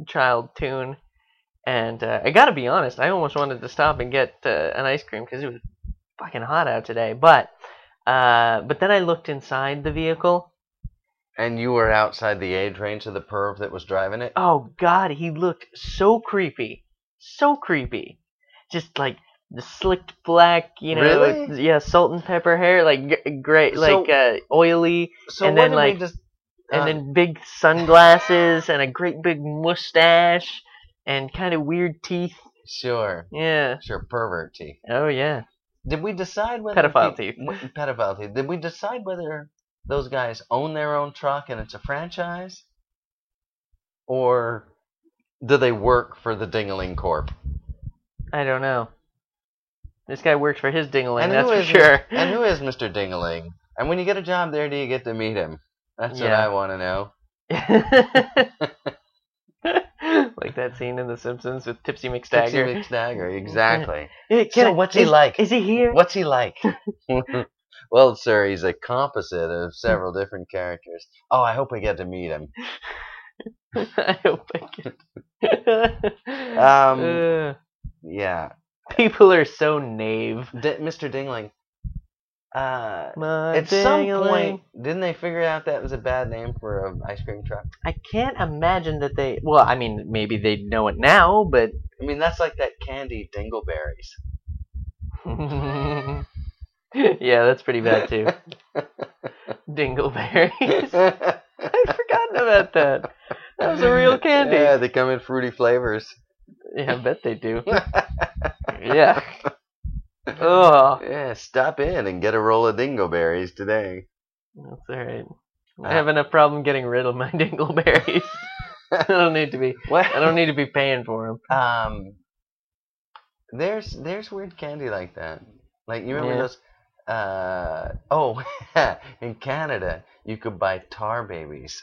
Speaker 2: child tune. And uh, I gotta be honest, I almost wanted to stop and get uh, an ice cream because it was fucking hot out today. But uh, but then I looked inside the vehicle.
Speaker 1: And you were outside the age range of the perv that was driving it?
Speaker 2: Oh God, he looked so creepy, so creepy, just like the slicked black, you know,
Speaker 1: Really?
Speaker 2: like, yeah, salt and pepper hair, like g- great,
Speaker 1: So-
Speaker 2: like uh, oily.
Speaker 1: So
Speaker 2: and
Speaker 1: what
Speaker 2: then,
Speaker 1: did
Speaker 2: like,
Speaker 1: we just,
Speaker 2: and
Speaker 1: uh,
Speaker 2: then big sunglasses and a great big mustache and kind of weird teeth.
Speaker 1: sure,
Speaker 2: Yeah.
Speaker 1: sure, pervert teeth.
Speaker 2: Oh yeah.
Speaker 1: Did we decide whether
Speaker 2: Pedophile
Speaker 1: pe-
Speaker 2: thief.
Speaker 1: w- Pedophile thief. Did we decide whether those guys own their own truck and it's a franchise, or do they work for the Dingaling Corp?
Speaker 2: I don't know. This guy works for his dingaling,
Speaker 1: And
Speaker 2: that's
Speaker 1: who
Speaker 2: for
Speaker 1: is it?
Speaker 2: sure.
Speaker 1: And who is Mister Dingaling? And when you get a job there, do you get to meet him? That's what
Speaker 2: Yeah.
Speaker 1: I want to know.
Speaker 2: like that scene in The Simpsons with Tipsy
Speaker 1: Dagger,
Speaker 2: McStagger.
Speaker 1: Tipsy McStagger, exactly.
Speaker 2: Yeah, can
Speaker 1: So
Speaker 2: I-
Speaker 1: what's he
Speaker 2: is-
Speaker 1: like?
Speaker 2: Is he here?
Speaker 1: What's he like? well, sir, he's a composite of several different characters. Oh, I hope I get to meet him.
Speaker 2: I hope I can.
Speaker 1: Um, Yeah.
Speaker 2: Uh, people are so knave.
Speaker 1: D- Mr. Dingling. Uh,
Speaker 2: My
Speaker 1: at some
Speaker 2: dingaling.
Speaker 1: point, didn't they figure out that was a bad name for an ice cream truck?
Speaker 2: I can't imagine that they. Well, I mean, maybe they know it now, but
Speaker 1: I mean, that's like that candy dingleberries.
Speaker 2: yeah, that's pretty bad too. Dingleberries. I'd forgotten about that. That was a real candy.
Speaker 1: Yeah,
Speaker 2: Yeah,
Speaker 1: they come in fruity flavors.
Speaker 2: I bet they do. yeah. Oh,
Speaker 1: Yeah, stop in and get a roll of dingleberries today.
Speaker 2: that's all right.
Speaker 1: Uh,
Speaker 2: I have enough problem getting rid of my dingleberries. I don't need to be.
Speaker 1: What?
Speaker 2: I don't need to be paying for them.
Speaker 1: Um, there's there's weird candy like that. Like you remember
Speaker 2: Yeah.
Speaker 1: those? Uh, oh, in Canada, you could buy tar babies.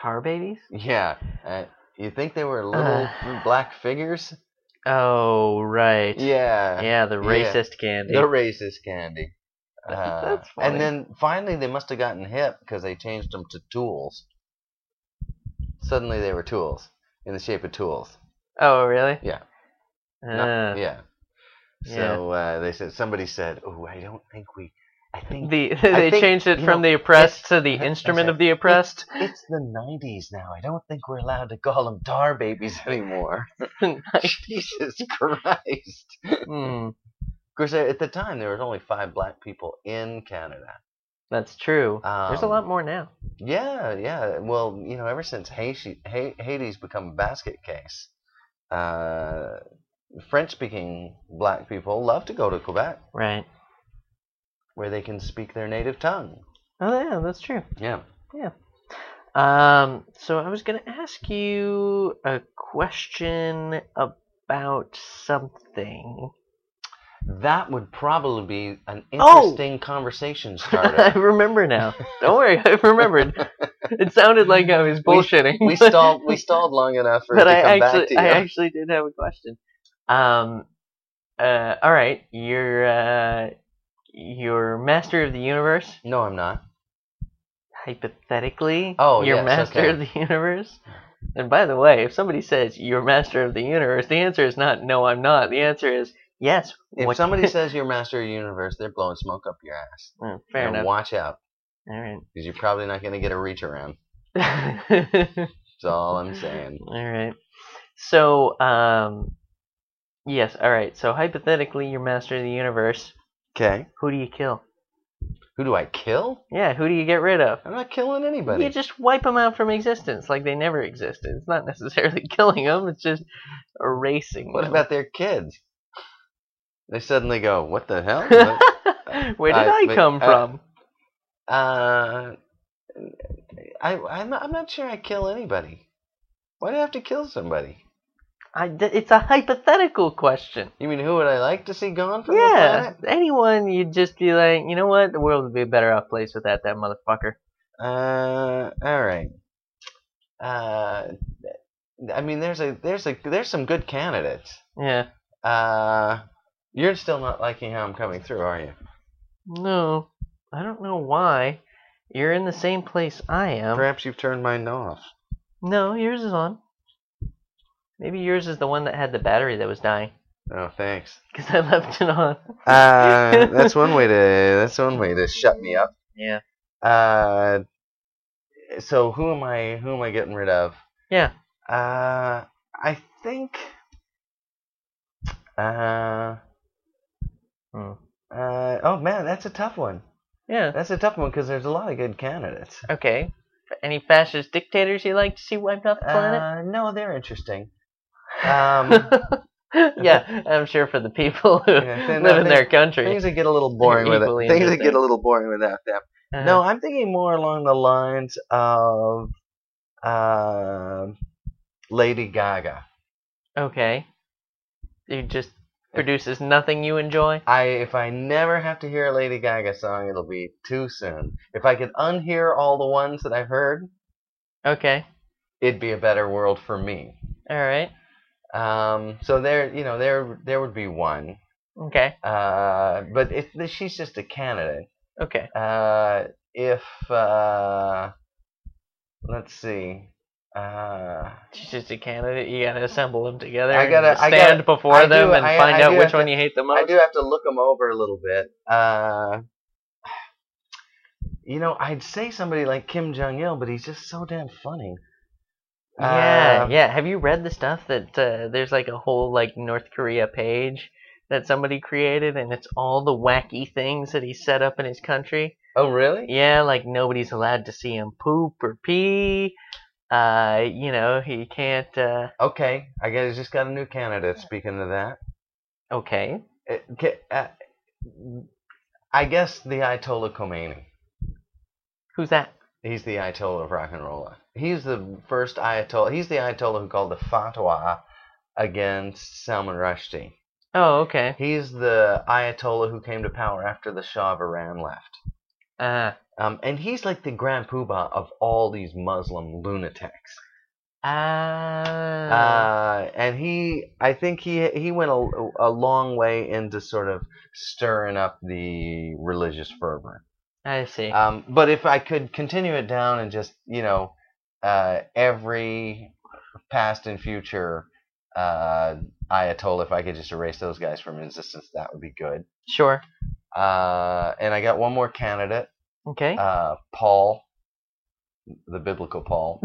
Speaker 2: Tar babies?
Speaker 1: Yeah. Uh, you think they were little black figures?
Speaker 2: Oh, right.
Speaker 1: Yeah.
Speaker 2: Yeah, the
Speaker 1: Yeah.
Speaker 2: racist candy.
Speaker 1: The racist candy.
Speaker 2: That's
Speaker 1: Uh,
Speaker 2: funny.
Speaker 1: And then finally, they must have gotten hip because they changed them to tools. Suddenly, they were tools in the shape of tools.
Speaker 2: oh, really?
Speaker 1: Yeah.
Speaker 2: Uh,
Speaker 1: Not- yeah.
Speaker 2: yeah.
Speaker 1: So uh, they said somebody said, "Oh, I don't think we. I think
Speaker 2: The they
Speaker 1: think,
Speaker 2: changed it
Speaker 1: you
Speaker 2: from
Speaker 1: know,
Speaker 2: the oppressed
Speaker 1: it's-
Speaker 2: to the
Speaker 1: I- I
Speaker 2: instrument
Speaker 1: said,
Speaker 2: of the oppressed.
Speaker 1: it's the '90s now. I don't think we're allowed to call them tar babies anymore." Jesus Christ.
Speaker 2: Hmm,
Speaker 1: Of course, at the time there was only five black people in Canada.
Speaker 2: that's true. There's
Speaker 1: Um,
Speaker 2: a lot more now.
Speaker 1: Yeah, yeah. Well, you know, ever since Haiti, Ha- Haiti's become a basket case, uh, French-speaking black people love to go to Quebec,
Speaker 2: Right.
Speaker 1: where they can speak their native tongue.
Speaker 2: Oh yeah, that's true.
Speaker 1: Yeah.
Speaker 2: Um, so I was gonna ask you a question about something.
Speaker 1: That would probably be an
Speaker 2: Oh!
Speaker 1: interesting conversation
Speaker 2: I
Speaker 1: starter.
Speaker 2: remember now. Don't worry, I remembered. It sounded like I was bullshitting.
Speaker 1: we
Speaker 2: but-
Speaker 1: stalled. We stalled long enough for it
Speaker 2: but
Speaker 1: to
Speaker 2: I
Speaker 1: come
Speaker 2: actually,
Speaker 1: back to
Speaker 2: I
Speaker 1: you.
Speaker 2: actually did have a question. Um, uh, all right, you're uh, you're master of the universe.
Speaker 1: No, I'm not.
Speaker 2: Hypothetically,
Speaker 1: Oh,
Speaker 2: you're
Speaker 1: yes,
Speaker 2: master
Speaker 1: okay.
Speaker 2: of the universe. And by the way, if somebody says you're master of the universe, the answer is not no, I'm not. The answer is yes.
Speaker 1: If
Speaker 2: What-
Speaker 1: somebody says you're master of the universe, they're blowing smoke up your ass.
Speaker 2: Mm, fair
Speaker 1: and
Speaker 2: enough.
Speaker 1: watch out,
Speaker 2: All right.
Speaker 1: because you're probably not going to get a reach around.
Speaker 2: All
Speaker 1: That's all I'm saying.
Speaker 2: right. So, um, yes. All right. So hypothetically, you're master of the universe.
Speaker 1: Okay.
Speaker 2: Who do you kill?
Speaker 1: Who do I kill?
Speaker 2: Yeah. Who do you get rid of?
Speaker 1: I'm not killing anybody.
Speaker 2: You just wipe them out from existence, like they never existed. It's not necessarily killing them; it's just erasing.
Speaker 1: What
Speaker 2: them.
Speaker 1: about their kids? They suddenly go, "What the hell?" What-
Speaker 2: Where did
Speaker 1: uh,
Speaker 2: I
Speaker 1: wait,
Speaker 2: come
Speaker 1: uh,
Speaker 2: from?
Speaker 1: uh, I I'm not, I'm not sure I kill anybody. Why do I have to kill somebody?
Speaker 2: I d it's a hypothetical question.
Speaker 1: You mean who would I like to see gone from the
Speaker 2: Yeah,
Speaker 1: planet?
Speaker 2: anyone, you'd just be like, you know what? The world would be a better off place without that motherfucker.
Speaker 1: Uh, all right. Uh, I mean, there's a there's a there's some good candidates.
Speaker 2: Yeah.
Speaker 1: Uh, you're still not liking how I'm coming through, are you?
Speaker 2: No, I don't know why. You're in the same place I am.
Speaker 1: Perhaps you've turned mine off.
Speaker 2: No, yours is on. Maybe yours is the one that had the battery that was dying
Speaker 1: Oh, thanks.
Speaker 2: because I left it on.
Speaker 1: Uh, that's one way to that's one way to shut me up.
Speaker 2: Yeah.
Speaker 1: Uh, so who am I who am I getting rid of?
Speaker 2: Yeah.
Speaker 1: Uh, I think. Uh,
Speaker 2: Hmm.
Speaker 1: uh, oh man, that's a tough one.
Speaker 2: Yeah.
Speaker 1: That's a tough one because there's a lot of good candidates.
Speaker 2: Okay. Any fascist dictators you like to see wiped off the planet?
Speaker 1: Uh, no, they're interesting. Um,
Speaker 2: yeah, I'm sure for the people who
Speaker 1: Yeah, no,
Speaker 2: live in their country.
Speaker 1: things that get a little boring with
Speaker 2: Equally
Speaker 1: it. Things that
Speaker 2: interesting.
Speaker 1: get a little boring without them.
Speaker 2: Uh,
Speaker 1: No, I'm thinking more along the lines of um Lady Gaga.
Speaker 2: Okay. It just produces nothing you enjoy.
Speaker 1: I if I never have to hear a Lady Gaga song, it'll be too soon. If I could unhear all the ones that I've heard,
Speaker 2: Okay.
Speaker 1: it'd be a better world for me.
Speaker 2: All right.
Speaker 1: Um, so there, you know, there there would be one.
Speaker 2: Okay.
Speaker 1: Uh, but if she's just a candidate,
Speaker 2: Okay.
Speaker 1: uh, if uh, let's see, uh,
Speaker 2: She's just a candidate. You gotta assemble them together.
Speaker 1: I
Speaker 2: and
Speaker 1: gotta- I
Speaker 2: stand
Speaker 1: gotta-
Speaker 2: before
Speaker 1: I
Speaker 2: them
Speaker 1: do-
Speaker 2: and
Speaker 1: I-
Speaker 2: find
Speaker 1: I
Speaker 2: out
Speaker 1: do
Speaker 2: which
Speaker 1: have to-
Speaker 2: one you hate the most.
Speaker 1: I do have to look them over a little bit. Uh, you know, I'd say somebody like Kim Jong Il, but he's just so damn funny.
Speaker 2: Yeah,
Speaker 1: Um,
Speaker 2: yeah. Have you read the stuff that uh, there's like a whole like North Korea page that somebody created, and it's all the wacky things that he set up in his country.
Speaker 1: Oh, really?
Speaker 2: Yeah, like nobody's allowed to see him poop or pee. Uh, you know, he can't. Uh,
Speaker 1: Okay, I guess I just got a new candidate. Speaking of that,
Speaker 2: okay,
Speaker 1: Uh, ca- uh, I guess the Ayatollah Khomeini.
Speaker 2: who's that?
Speaker 1: He's the Ayatollah of rock and roll. He's the first Ayatollah. He's the Ayatollah who called the fatwa against Salman Rushdie.
Speaker 2: Oh, okay.
Speaker 1: He's the Ayatollah who came to power after the Shah of Iran left.
Speaker 2: Ah,
Speaker 1: Um, and he's like the grand poobah of all these Muslim lunatics.
Speaker 2: ah,
Speaker 1: Uh, and he, I think he he went a, a long way into sort of stirring up the religious fervor.
Speaker 2: I see.
Speaker 1: Um, but if I could continue it down and just you know, uh, every past and future uh, Ayatollah, if I could just erase those guys from existence, that would be good.
Speaker 2: sure.
Speaker 1: Uh, and I got one more candidate.
Speaker 2: Okay.
Speaker 1: uh, Paul, the biblical Paul,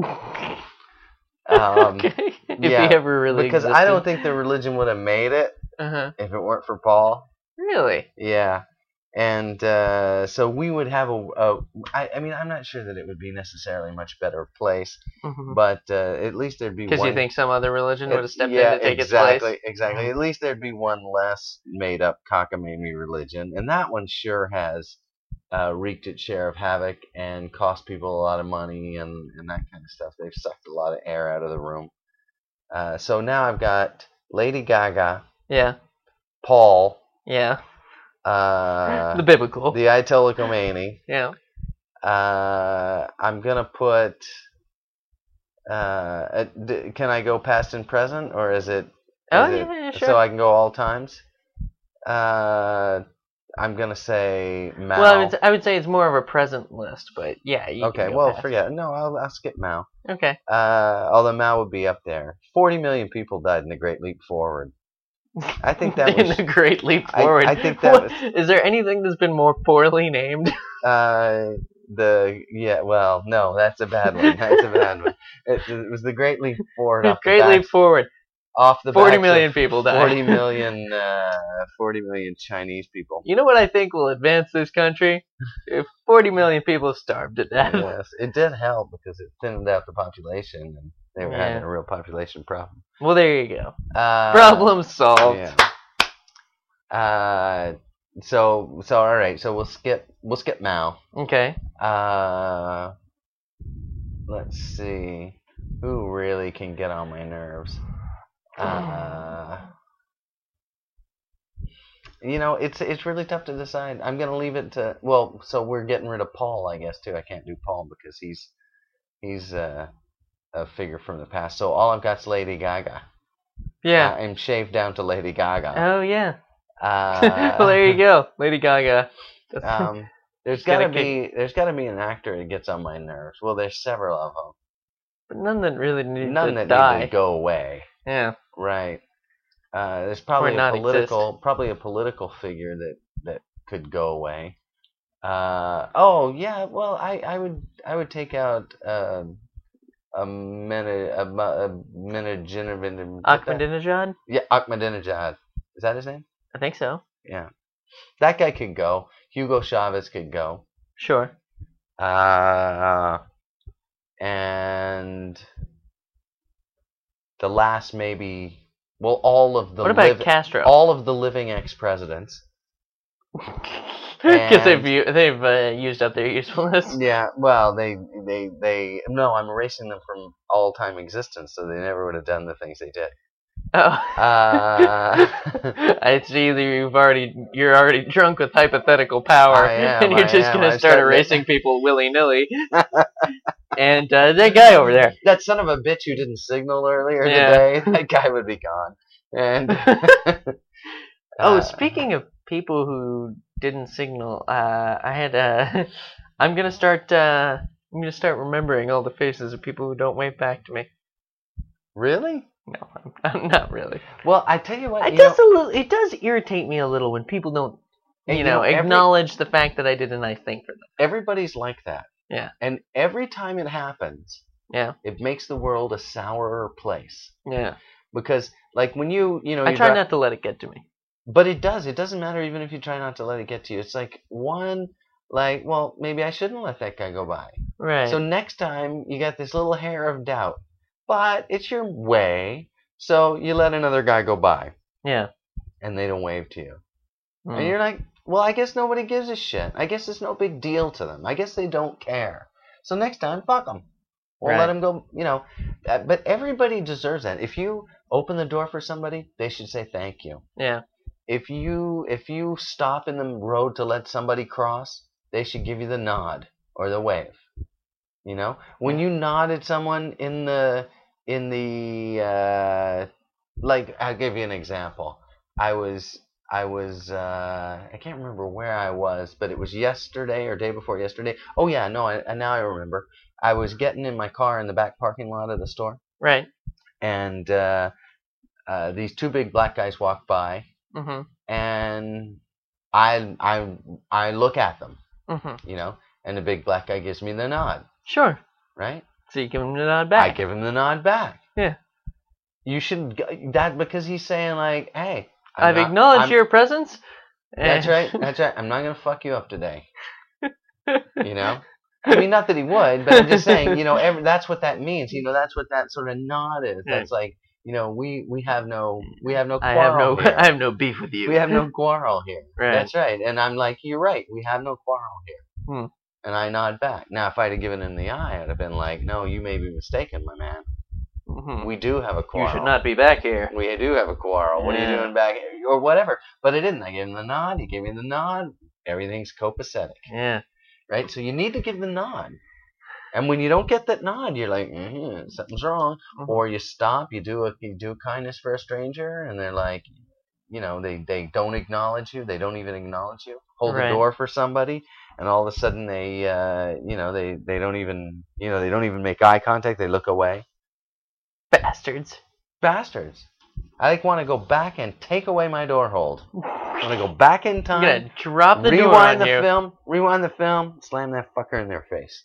Speaker 1: um,
Speaker 2: okay. if
Speaker 1: yeah,
Speaker 2: he ever really
Speaker 1: because I don't think the religion would have made it
Speaker 2: Uh huh.
Speaker 1: if it weren't for Paul.
Speaker 2: Really?
Speaker 1: Yeah, and uh, so we would have a. a I, I mean, I'm not sure that it would be necessarily a much better place,
Speaker 2: Mhm.
Speaker 1: but uh, at least there'd be.
Speaker 2: Because
Speaker 1: one,
Speaker 2: you think some other religion
Speaker 1: it-
Speaker 2: would have stepped
Speaker 1: yeah,
Speaker 2: in to take
Speaker 1: exactly,
Speaker 2: its place.
Speaker 1: Exactly. At least there'd be one less made-up cockamamie religion, and that one sure has. Uh, wreaked its share of havoc and cost people a lot of money and, and that kind of stuff. They've sucked a lot of air out of the room. Uh, so now I've got Lady Gaga,
Speaker 2: Yeah,
Speaker 1: Paul,
Speaker 2: yeah.
Speaker 1: uh,
Speaker 2: the biblical.
Speaker 1: the Ayatollah Khomeini.
Speaker 2: yeah.
Speaker 1: Uh, I'm gonna put. Uh, uh, d- can I go past and present, or is it?
Speaker 2: Oh
Speaker 1: is it-
Speaker 2: yeah, yeah, sure.
Speaker 1: So I can go all times. Uh, I'm gonna say Mao.
Speaker 2: Well, I would, I would say it's more of a present list, but yeah. You can
Speaker 1: okay,
Speaker 2: go
Speaker 1: well,
Speaker 2: past.
Speaker 1: forget. No, I'll, I'll skip Mao.
Speaker 2: Okay.
Speaker 1: Uh, although Mao would be up there. Forty million people died in the Great Leap Forward. I think that
Speaker 2: in
Speaker 1: was.
Speaker 2: a great leap
Speaker 1: I-
Speaker 2: forward.
Speaker 1: I think that
Speaker 2: What- is there anything that's been more poorly named?
Speaker 1: Uh, the yeah, well, no, that's a bad one. That's a bad one. It, it was the Great Leap Forward. Off
Speaker 2: great
Speaker 1: the
Speaker 2: leap
Speaker 1: backs-
Speaker 2: forward.
Speaker 1: Off the
Speaker 2: Forty
Speaker 1: backs of
Speaker 2: million people died.
Speaker 1: 40 million, uh, 40 million Chinese people.
Speaker 2: You know what I think will advance this country? If 40 million people starved to death.
Speaker 1: yes, it did help because it thinned out the population, and they were having
Speaker 2: Yeah.
Speaker 1: a real population problem.
Speaker 2: Well, there you go.
Speaker 1: Uh,
Speaker 2: Problem solved.
Speaker 1: Yeah. Uh, so so all right. So we'll skip we'll skip Mao.
Speaker 2: Okay.
Speaker 1: Uh, let's see who really can get on my nerves.
Speaker 2: Oh.
Speaker 1: Uh, you know, it's it's really tough to decide. I'm gonna leave it to well. So we're getting rid of Paul, I guess too. I can't do Paul because he's he's uh, a figure from the past. So all I've got's Lady Gaga.
Speaker 2: Yeah.
Speaker 1: I'm shaved down to Lady Gaga.
Speaker 2: oh yeah.
Speaker 1: Uh,
Speaker 2: well, there you go, Lady Gaga.
Speaker 1: um, there's
Speaker 2: Gotta
Speaker 1: gotta be there's gotta be an actor that gets on my nerves. Well, there's several of them.
Speaker 2: but none that really need
Speaker 1: None
Speaker 2: to
Speaker 1: that
Speaker 2: die.
Speaker 1: need to go away,
Speaker 2: Yeah.
Speaker 1: right? Uh, there's probably a
Speaker 2: not
Speaker 1: political probably a political figure that that could go away. Uh, oh yeah, well I, I would I would take out uh, a minute a, mu- a minute
Speaker 2: Ahmadinejad.
Speaker 1: yeah Ahmadinejad is that his name?
Speaker 2: I think so.
Speaker 1: Yeah, that guy could go. Hugo Chavez could go.
Speaker 2: Sure.
Speaker 1: Uh, and the last maybe well all of the
Speaker 2: what about
Speaker 1: livi-
Speaker 2: Castro?
Speaker 1: all of the living ex presidents.
Speaker 2: Because they've
Speaker 1: and-
Speaker 2: u- they've uh, used up their usefulness.
Speaker 1: Yeah, well they they they no, I'm erasing them from all time existence, so they never would have done the things they did.
Speaker 2: Oh.
Speaker 1: Uh,
Speaker 2: I see that you've already you're already drunk with hypothetical power,
Speaker 1: I am,
Speaker 2: and you're
Speaker 1: I
Speaker 2: just
Speaker 1: am.
Speaker 2: gonna
Speaker 1: I'm
Speaker 2: start
Speaker 1: starting to-
Speaker 2: erasing people willy nilly. and uh, that guy over there,
Speaker 1: that son of a bitch who didn't signal earlier
Speaker 2: Yeah.
Speaker 1: today, that guy would be gone. And
Speaker 2: Oh,
Speaker 1: Uh,
Speaker 2: speaking of people who didn't signal, uh, I had uh, I'm gonna start. Uh, I'm gonna start remembering all the faces of people who don't wave back to me.
Speaker 1: really?
Speaker 2: No, I'm, I'm not really.
Speaker 1: Well, I tell you what,
Speaker 2: It
Speaker 1: you know-
Speaker 2: does a little. It does irritate me a little when people don't,
Speaker 1: And
Speaker 2: you
Speaker 1: e, you know,
Speaker 2: know,
Speaker 1: every-
Speaker 2: acknowledge the fact that I did a nice thing for them.
Speaker 1: everybody's like that.
Speaker 2: Yeah.
Speaker 1: And every time it happens,
Speaker 2: Yeah.
Speaker 1: it makes the world a sourer place
Speaker 2: Yeah, Oh,
Speaker 1: because, like, when you you know,
Speaker 2: I
Speaker 1: you
Speaker 2: try
Speaker 1: dri-
Speaker 2: not to let it get to me.
Speaker 1: but it does. It doesn't matter even if you try not to let it get to you. It's like one, like, well, maybe I shouldn't let that guy go by.
Speaker 2: Right.
Speaker 1: So next time you got this little hair of doubt, but it's your way, so you let another guy go by
Speaker 2: yeah.
Speaker 1: and they don't wave to you, and
Speaker 2: Mm.
Speaker 1: you're like, well, I guess nobody gives a shit. I guess it's no big deal to them. I guess they don't care. So next time, fuck them. We'll let
Speaker 2: Right.
Speaker 1: them go. You know, uh, but everybody deserves that. If you open the door for somebody, they should say thank you.
Speaker 2: Yeah.
Speaker 1: If you if you stop in the road to let somebody cross, they should give you the nod or the wave. You know, when you nod at someone in the in the uh, like, I'll give you an example. I was I was uh, I can't remember where I was, but it was yesterday or day before yesterday. Oh yeah, no, I, I- now I remember. I was getting in my car in the back parking lot of the store,
Speaker 2: Right.
Speaker 1: and uh, uh, these two big black guys walked by,
Speaker 2: Mhm.
Speaker 1: and I I I look at them,
Speaker 2: Mhm.
Speaker 1: you know, and the big black guy gives me the nod,
Speaker 2: Sure.
Speaker 1: right?
Speaker 2: So you give him the nod
Speaker 1: I
Speaker 2: back.
Speaker 1: give him the nod back.
Speaker 2: Yeah.
Speaker 1: You should g- that because he's saying like, hey, I'm
Speaker 2: I've
Speaker 1: not-
Speaker 2: acknowledged
Speaker 1: I'm-
Speaker 2: your presence.
Speaker 1: That's
Speaker 2: and-
Speaker 1: right. That's right. I'm not gonna fuck you up today. You know. I mean, not that he would, but I'm just saying, you know, every, that's what that means. You know, that's what that sort of nod is.
Speaker 2: Yeah.
Speaker 1: That's like, you know, we we have no we have no
Speaker 2: I
Speaker 1: quarrel
Speaker 2: have no.
Speaker 1: here.
Speaker 2: I have no beef with you.
Speaker 1: we have no quarrel here.
Speaker 2: Right.
Speaker 1: That's right. And I'm like, you're right. We have no quarrel here.
Speaker 2: Hmm.
Speaker 1: And I nod back. Now, if I'd have given him the eye, I'd have been like, no, you may be mistaken, my man.
Speaker 2: Mhm.
Speaker 1: We do have a
Speaker 2: You
Speaker 1: quarrel.
Speaker 2: should not be back here.
Speaker 1: We do have a quarrel. What are you
Speaker 2: Yeah.
Speaker 1: doing back here? Or whatever. But I didn't. I gave him the nod. He gave me the nod. Everything's copacetic
Speaker 2: Yeah.
Speaker 1: right? So you need to give the nod. And when you don't get that nod, you're like, mm something's wrong.
Speaker 2: Mhm.
Speaker 1: Or you stop, you do a you do a kindness for a stranger, and they're like, you know they they don't acknowledge you they don't even acknowledge you hold
Speaker 2: Right.
Speaker 1: the door for somebody and all of a sudden they uh, you know they they don't even you know they don't even make eye contact they look away
Speaker 2: Bastards.
Speaker 1: bastards i like want to go back and take away my door hold i want to go back in
Speaker 2: I'm
Speaker 1: time
Speaker 2: gonna drop the door
Speaker 1: rewind
Speaker 2: on
Speaker 1: the
Speaker 2: you.
Speaker 1: film rewind the film slam that fucker in their face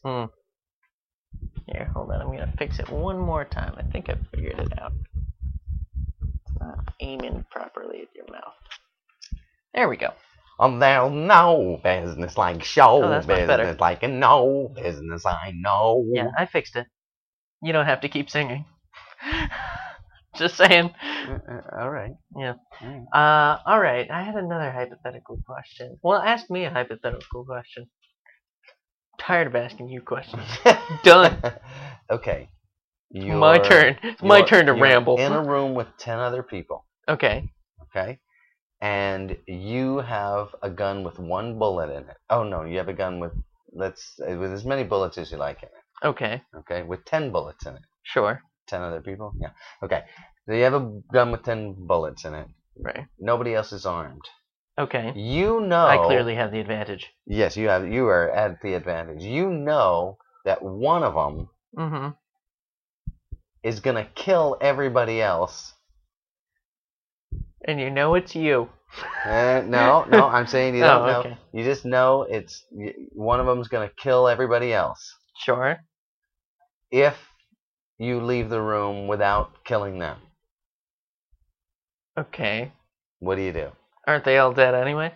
Speaker 2: Here, hold on. I'm gonna fix it one more time. I think I figured it out. It's not aiming properly at your mouth. There we go.
Speaker 1: Um, there's no business like show
Speaker 2: Oh, that's much better.
Speaker 1: business like a no business I know.
Speaker 2: Yeah, I fixed it. You don't have to keep singing. Just saying.
Speaker 1: Uh, uh, all right.
Speaker 2: Uh, all right. I had another hypothetical question. Well, ask me a hypothetical question. tired of asking you questions. Done.
Speaker 1: okay.
Speaker 2: my
Speaker 1: You're-
Speaker 2: turn. It's my
Speaker 1: you're-
Speaker 2: turn to
Speaker 1: you're
Speaker 2: ramble.
Speaker 1: In a room with ten other people,
Speaker 2: okay.
Speaker 1: okay, and you have a gun with one bullet in it. Oh no, you have a gun with let's uh, with as many bullets as you like in it.
Speaker 2: Okay.
Speaker 1: Okay, with ten bullets in it.
Speaker 2: Sure.
Speaker 1: Ten other people. Yeah. Okay. So you have a gun with ten bullets in it.
Speaker 2: Right.
Speaker 1: Nobody else is armed.
Speaker 2: Okay.
Speaker 1: You know.
Speaker 2: I clearly have the advantage.
Speaker 1: Yes, you have. You are at the advantage. You know that one of them
Speaker 2: Mm-hmm.
Speaker 1: is gonna kill everybody else.
Speaker 2: And you know it's you.
Speaker 1: Eh, no, no, I'm saying you don't
Speaker 2: Oh,
Speaker 1: know.
Speaker 2: okay.
Speaker 1: You just know it's y- one of them's gonna kill everybody else
Speaker 2: Sure.
Speaker 1: if you leave the room without killing them.
Speaker 2: Okay.
Speaker 1: What do you do?
Speaker 2: Aren't they all dead anyway?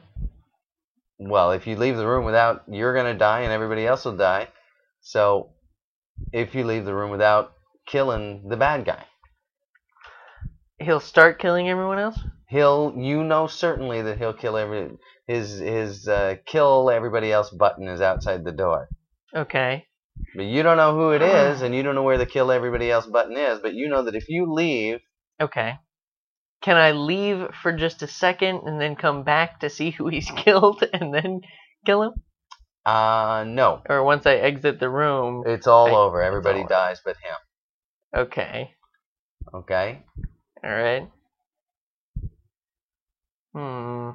Speaker 1: Well, if you leave the room without, you're gonna die, and everybody else will die. So, if you leave the room without killing the bad guy,
Speaker 2: He'll start killing everyone else.
Speaker 1: he'll you know certainly that he'll kill every his his uh, kill everybody else button is outside the door
Speaker 2: Okay.
Speaker 1: but you don't know who it is and you don't know where the kill everybody else button is but you know that if you leave
Speaker 2: Okay. Can I leave for just a second and then come back to see who he's killed and then kill him?
Speaker 1: uh no
Speaker 2: Or once I exit the room.
Speaker 1: it's all
Speaker 2: I-
Speaker 1: over everybody
Speaker 2: all over.
Speaker 1: dies but him
Speaker 2: Okay.
Speaker 1: okay
Speaker 2: All right. Hmm.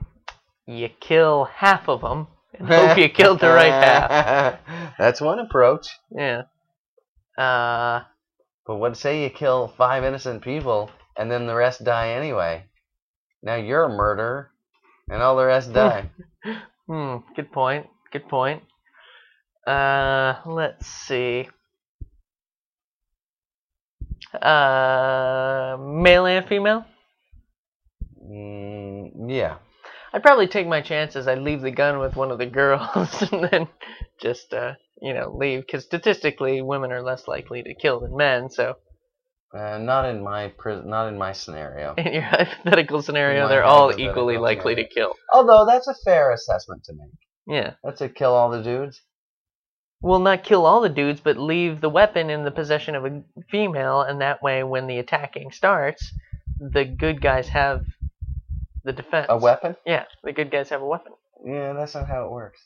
Speaker 2: You kill half of them and hope you killed the right half.
Speaker 1: half that's one approach
Speaker 2: Yeah. Uh.
Speaker 1: but what say you kill five innocent people and then the rest die anyway now you're a murderer and all the rest die
Speaker 2: Hmm. Good point. Good point. Uh. Let's see. Uh. Male and female.
Speaker 1: mm, yeah
Speaker 2: I'd probably take my chances. I'd leave the gun with one of the girls and then just, uh, you know, leave. Because statistically, women are less likely to kill than men. So
Speaker 1: Uh, not in my pris- not in my scenario.
Speaker 2: in your hypothetical scenario,
Speaker 1: My
Speaker 2: they're all
Speaker 1: hypothetical
Speaker 2: equally likely to kill.
Speaker 1: Although that's a fair assessment to make.
Speaker 2: Yeah.
Speaker 1: That's a kill all the dudes.
Speaker 2: Well, not kill all the dudes, but leave the weapon in the possession of a female, and that way, when the attacking starts, the good guys have the defense.
Speaker 1: A weapon?
Speaker 2: Yeah, the good guys have a weapon.
Speaker 1: Yeah, that's not how it works.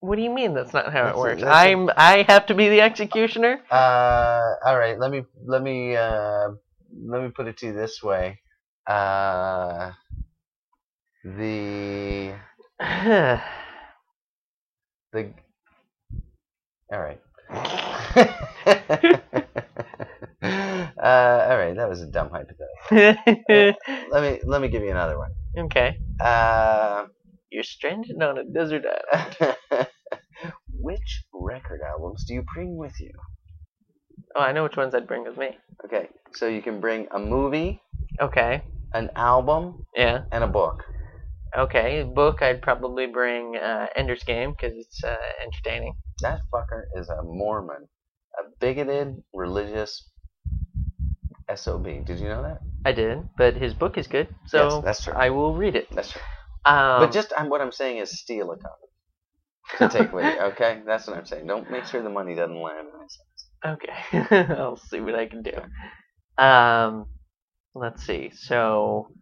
Speaker 2: What do you mean that's not how
Speaker 1: That's
Speaker 2: it
Speaker 1: a-
Speaker 2: works?
Speaker 1: that's a-
Speaker 2: I'm I have to be the executioner?
Speaker 1: Uh, all right. Let me let me uh, let me put it to you this way. Uh, the the. All right. uh, all right. That was a dumb hypothetical.
Speaker 2: okay.
Speaker 1: Let me let me give you another one. Uh.
Speaker 2: You're stranded on a desert island.
Speaker 1: Which record albums do you bring with you?
Speaker 2: Oh, I know which ones I'd bring with me.
Speaker 1: Okay, so you can bring a movie,
Speaker 2: Okay.
Speaker 1: an album,
Speaker 2: Yeah.
Speaker 1: and a book.
Speaker 2: Okay. Book, I'd probably bring uh, Ender's Game because it's uh, entertaining.
Speaker 1: That fucker is a Mormon, a bigoted religious SOB. Did you know that?
Speaker 2: I did, but his book is good, so
Speaker 1: Yes, that's true.
Speaker 2: I will read it.
Speaker 1: That's true.
Speaker 2: Um,
Speaker 1: but just I'm, what I'm saying is steal a copy to take with you. Okay, that's what I'm saying. Don't make sure the money doesn't land. in this.
Speaker 2: okay, I'll see what I can do. Um, let's see. So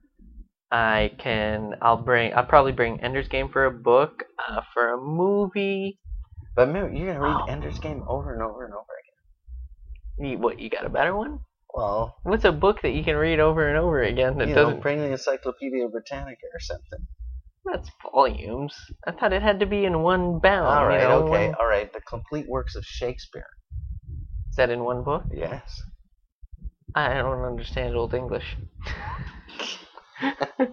Speaker 2: I can. I'll bring. I'll probably bring Ender's Game for a book, uh, for a movie.
Speaker 1: But remember, you're gonna read
Speaker 2: Oh.
Speaker 1: Ender's Game over and over and over
Speaker 2: You, what? You got a better one?
Speaker 1: again. Well,
Speaker 2: What's a book that you can read over and over again that
Speaker 1: you know,
Speaker 2: doesn't?
Speaker 1: bring the Encyclopedia Britannica or something.
Speaker 2: that's volumes. I thought it had to be in one bound.
Speaker 1: all right,
Speaker 2: Oh, you know,
Speaker 1: okay,
Speaker 2: one-
Speaker 1: all right. The complete works of Shakespeare.
Speaker 2: Is that in one book?
Speaker 1: Yes.
Speaker 2: I don't understand Old English.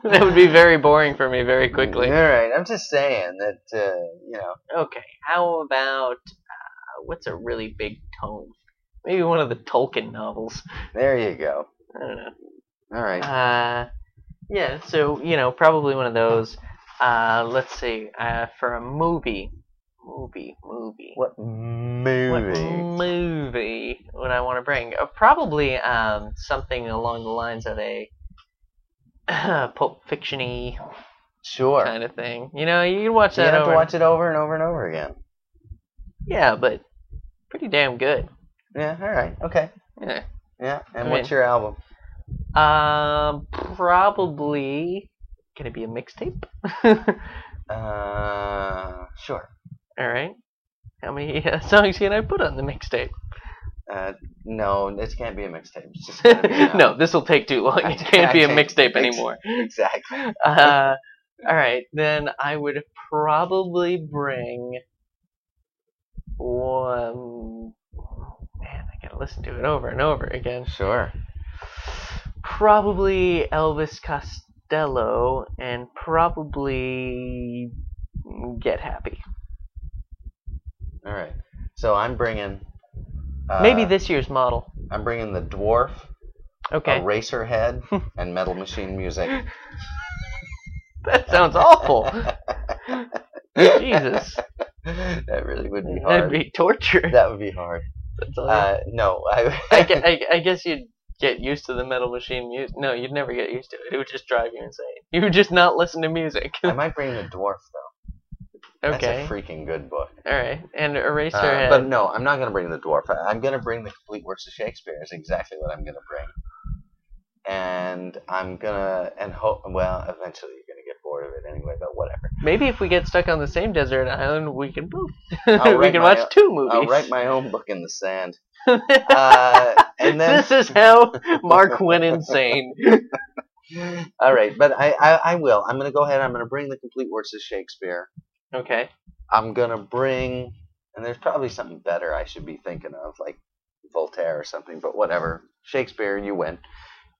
Speaker 2: that would be very boring for me very quickly.
Speaker 1: All right. I'm just saying that uh, you know.
Speaker 2: Okay, how about uh, what's a really big tome? Maybe one of the Tolkien novels.
Speaker 1: There you go.
Speaker 2: I don't know.
Speaker 1: All right.
Speaker 2: Uh, yeah, so you know, probably one of those. Uh, let's see. Uh, for a movie, movie, movie.
Speaker 1: what
Speaker 2: What
Speaker 1: movie?
Speaker 2: movie would I want to bring? Uh, probably um, something along the lines of a Pulp Fictiony
Speaker 1: Sure.
Speaker 2: kind of thing. You know, you can watch
Speaker 1: you
Speaker 2: that
Speaker 1: have
Speaker 2: over.
Speaker 1: to watch it over and over and over again.
Speaker 2: Yeah, but pretty damn good.
Speaker 1: Yeah. All right. Okay.
Speaker 2: Yeah.
Speaker 1: Yeah. And
Speaker 2: I
Speaker 1: what's
Speaker 2: mean-
Speaker 1: your album?
Speaker 2: Um, probably gonna be a mixtape.
Speaker 1: Uh, sure.
Speaker 2: All right. How many uh, songs can I put on the mixtape?
Speaker 1: Uh, no, this can't be a mixtape. It's just gonna be an album.
Speaker 2: no, this will take too long. It can't be a mixtape anymore.
Speaker 1: Exactly.
Speaker 2: Uh, all right, then I would probably bring one. Man, I gotta listen to it over and over again.
Speaker 1: Sure.
Speaker 2: Probably Elvis Costello, and probably Get Happy.
Speaker 1: All right. So I'm bringing. Uh,
Speaker 2: Maybe this year's model.
Speaker 1: I'm bringing the dwarf,
Speaker 2: Okay,
Speaker 1: Eraserhead, and Metal Machine Music.
Speaker 2: that sounds awful. Jesus,
Speaker 1: that really would be
Speaker 2: that'd
Speaker 1: hard.
Speaker 2: be torture.
Speaker 1: That would be hard.
Speaker 2: That's all right.
Speaker 1: Uh, no, I.
Speaker 2: I, gue- I, I guess you'd get used to the metal machine music. No, you'd never get used to it. It would just drive you insane. You would just not listen to music.
Speaker 1: I might bring the dwarf though.
Speaker 2: okay.
Speaker 1: That's a freaking good book.
Speaker 2: All right. And
Speaker 1: Uh,
Speaker 2: Eraserhead.
Speaker 1: but no, I'm not gonna bring the dwarf. I- I'm gonna bring the complete works of Shakespeare. Is exactly what I'm gonna bring. And I'm gonna and hope. Well, eventually you're gonna get bored of it anyway. But whatever.
Speaker 2: Maybe if we get stuck on the same desert island, we can both.
Speaker 1: I'll
Speaker 2: we
Speaker 1: write
Speaker 2: can
Speaker 1: my-
Speaker 2: watch two movies.
Speaker 1: I'll write my own book in the sand. Uh, and then
Speaker 2: this is how Mark went insane.
Speaker 1: all right, but I, I I will. I'm gonna go ahead. I'm gonna bring the complete works of Shakespeare.
Speaker 2: Okay.
Speaker 1: I'm gonna bring, and there's probably something better I should be thinking of, like Voltaire or something. But whatever, Shakespeare, you win.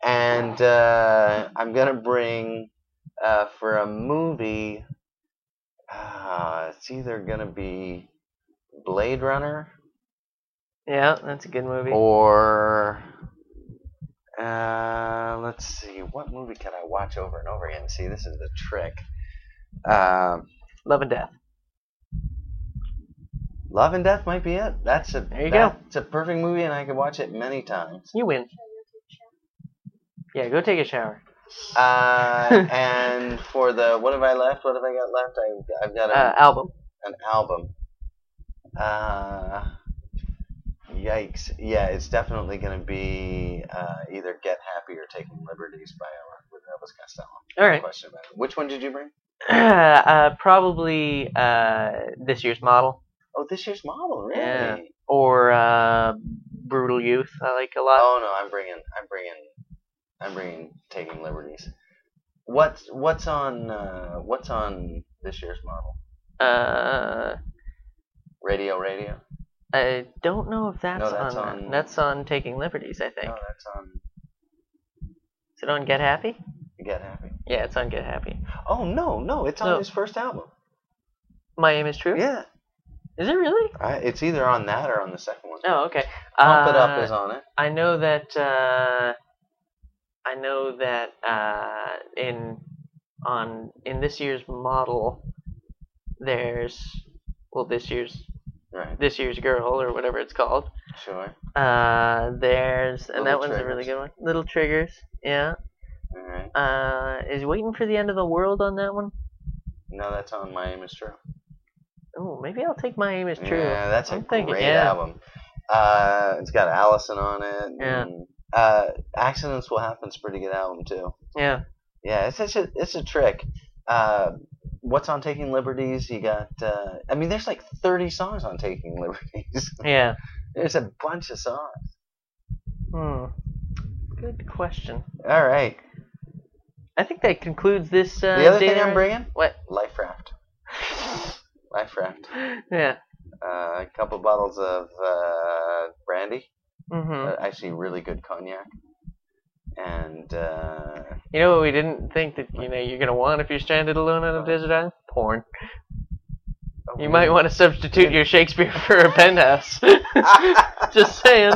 Speaker 1: And uh, I'm gonna bring uh, for a movie. Uh, it's either gonna be Blade Runner
Speaker 2: Yeah, that's a good movie.
Speaker 1: Oh. or uh, let's see, what movie can I watch over and over again? See, this is the trick. Um,
Speaker 2: Love and Death.
Speaker 1: Love and Death might be it. That's a
Speaker 2: There you go.
Speaker 1: that's a perfect movie, and I could watch it many times.
Speaker 2: You win. Yeah, go take a shower.
Speaker 1: Uh, and for the what have I left? What have I got left? I, I've got a,
Speaker 2: Uh, album.
Speaker 1: an album. Uh, yikes! Yeah, it's definitely going to be uh, either Get Happy or Taking Liberties by Elvis- with Elvis Costello.
Speaker 2: All right.
Speaker 1: Question about it. Which one did you bring?
Speaker 2: uh, probably uh, this year's model.
Speaker 1: Oh, this year's model, really?
Speaker 2: Yeah. or uh, Brutal Youth. I like a lot.
Speaker 1: Oh no, I'm bringing, I'm bringing, I'm bringing Taking Liberties. What's what's on uh, what's on this year's model?
Speaker 2: Uh,
Speaker 1: Radio, radio.
Speaker 2: I don't know if that's,
Speaker 1: that's
Speaker 2: on,
Speaker 1: on- Oh.
Speaker 2: That's on Taking Liberties, I think.
Speaker 1: No, that's on
Speaker 2: Is it on Get Happy?
Speaker 1: Get Happy.
Speaker 2: Yeah, it's on Get Happy.
Speaker 1: Oh no, no, it's on
Speaker 2: No.
Speaker 1: his first album.
Speaker 2: My Aim is True.
Speaker 1: Yeah,
Speaker 2: Is it really?
Speaker 1: I, it's either on that or on the second one.
Speaker 2: Oh, okay.
Speaker 1: Pump It Up
Speaker 2: Uh,
Speaker 1: is on it.
Speaker 2: I know that. Uh, I know that uh, in on in this year's model, there's well this year's
Speaker 1: Right,
Speaker 2: this year's girl or whatever it's called.
Speaker 1: sure.
Speaker 2: Uh, there's and that
Speaker 1: Little
Speaker 2: one's a really
Speaker 1: Triggers.
Speaker 2: good one. Little Triggers. Yeah.
Speaker 1: All right.
Speaker 2: Uh, is waiting for the end of the world on that one?
Speaker 1: No, that's on My Aim Is True.
Speaker 2: Oh, maybe I'll take my aim is true.
Speaker 1: Yeah, that's a
Speaker 2: I'm thinking-
Speaker 1: great
Speaker 2: yeah.
Speaker 1: album. Uh, it's got Allison on it.
Speaker 2: Yeah.
Speaker 1: and, uh, Accidents Will Happen's a pretty good album too.
Speaker 2: Yeah.
Speaker 1: Yeah, it's it's a it's a trick. Uh, what's on Taking Liberties? You got. Uh, I mean, there's like 30 songs on Taking Liberties.
Speaker 2: Yeah.
Speaker 1: there's a bunch of songs.
Speaker 2: Hmm. Good question.
Speaker 1: All right.
Speaker 2: I think that concludes this. Uh,
Speaker 1: The other thing
Speaker 2: data-
Speaker 1: I'm bringing,
Speaker 2: What?
Speaker 1: life raft. Life raft.
Speaker 2: Yeah.
Speaker 1: Uh, a couple bottles of uh, brandy.
Speaker 2: hmm
Speaker 1: Uh, actually, really good cognac. And uh,
Speaker 2: You know what we didn't think that you know you're gonna want if you're stranded alone on a desert island? Porn.
Speaker 1: oh,
Speaker 2: You might want to substitute your Shakespeare for a penthouse. Just saying.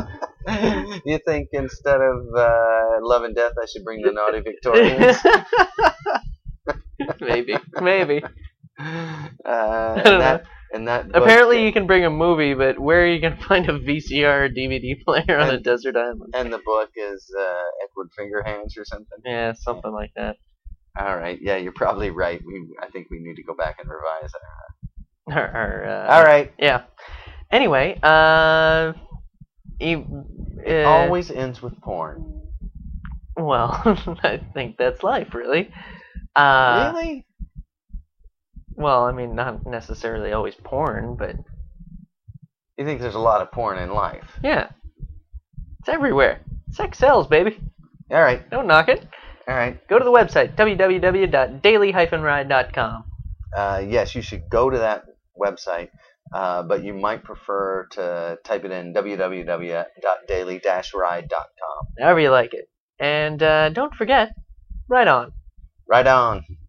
Speaker 1: you think instead of uh, love and death, I should bring the naughty Victorians?
Speaker 2: Maybe. Maybe.
Speaker 1: uh,
Speaker 2: I
Speaker 1: and
Speaker 2: don't know.
Speaker 1: that, and that book-
Speaker 2: Apparently, you can bring a movie, but where are you going to find a VCR or DVD player on a
Speaker 1: And-
Speaker 2: desert island?
Speaker 1: and the book is uh, Edward Fingerhands or something.
Speaker 2: Yeah, something like that.
Speaker 1: All right, yeah, you're probably right. We, I think we need to go back and revise that.
Speaker 2: Or, or, uh,
Speaker 1: All right,
Speaker 2: Yeah. Anyway, uh, you, uh,
Speaker 1: always ends with porn.
Speaker 2: Well, I think that's life, really. Uh,
Speaker 1: really?
Speaker 2: Well, I mean, not necessarily always porn, but
Speaker 1: You think there's a lot of porn in life?
Speaker 2: yeah, it's everywhere. Sex sells, baby.
Speaker 1: All right,
Speaker 2: Don't knock it.
Speaker 1: all right.
Speaker 2: Go to the website www.daily-ride.com.
Speaker 1: Uh, yes, you should go to that website, uh, but you might prefer to type it in www.daily-ride.com.
Speaker 2: however you like it. And uh, don't forget, right on.
Speaker 1: Right on.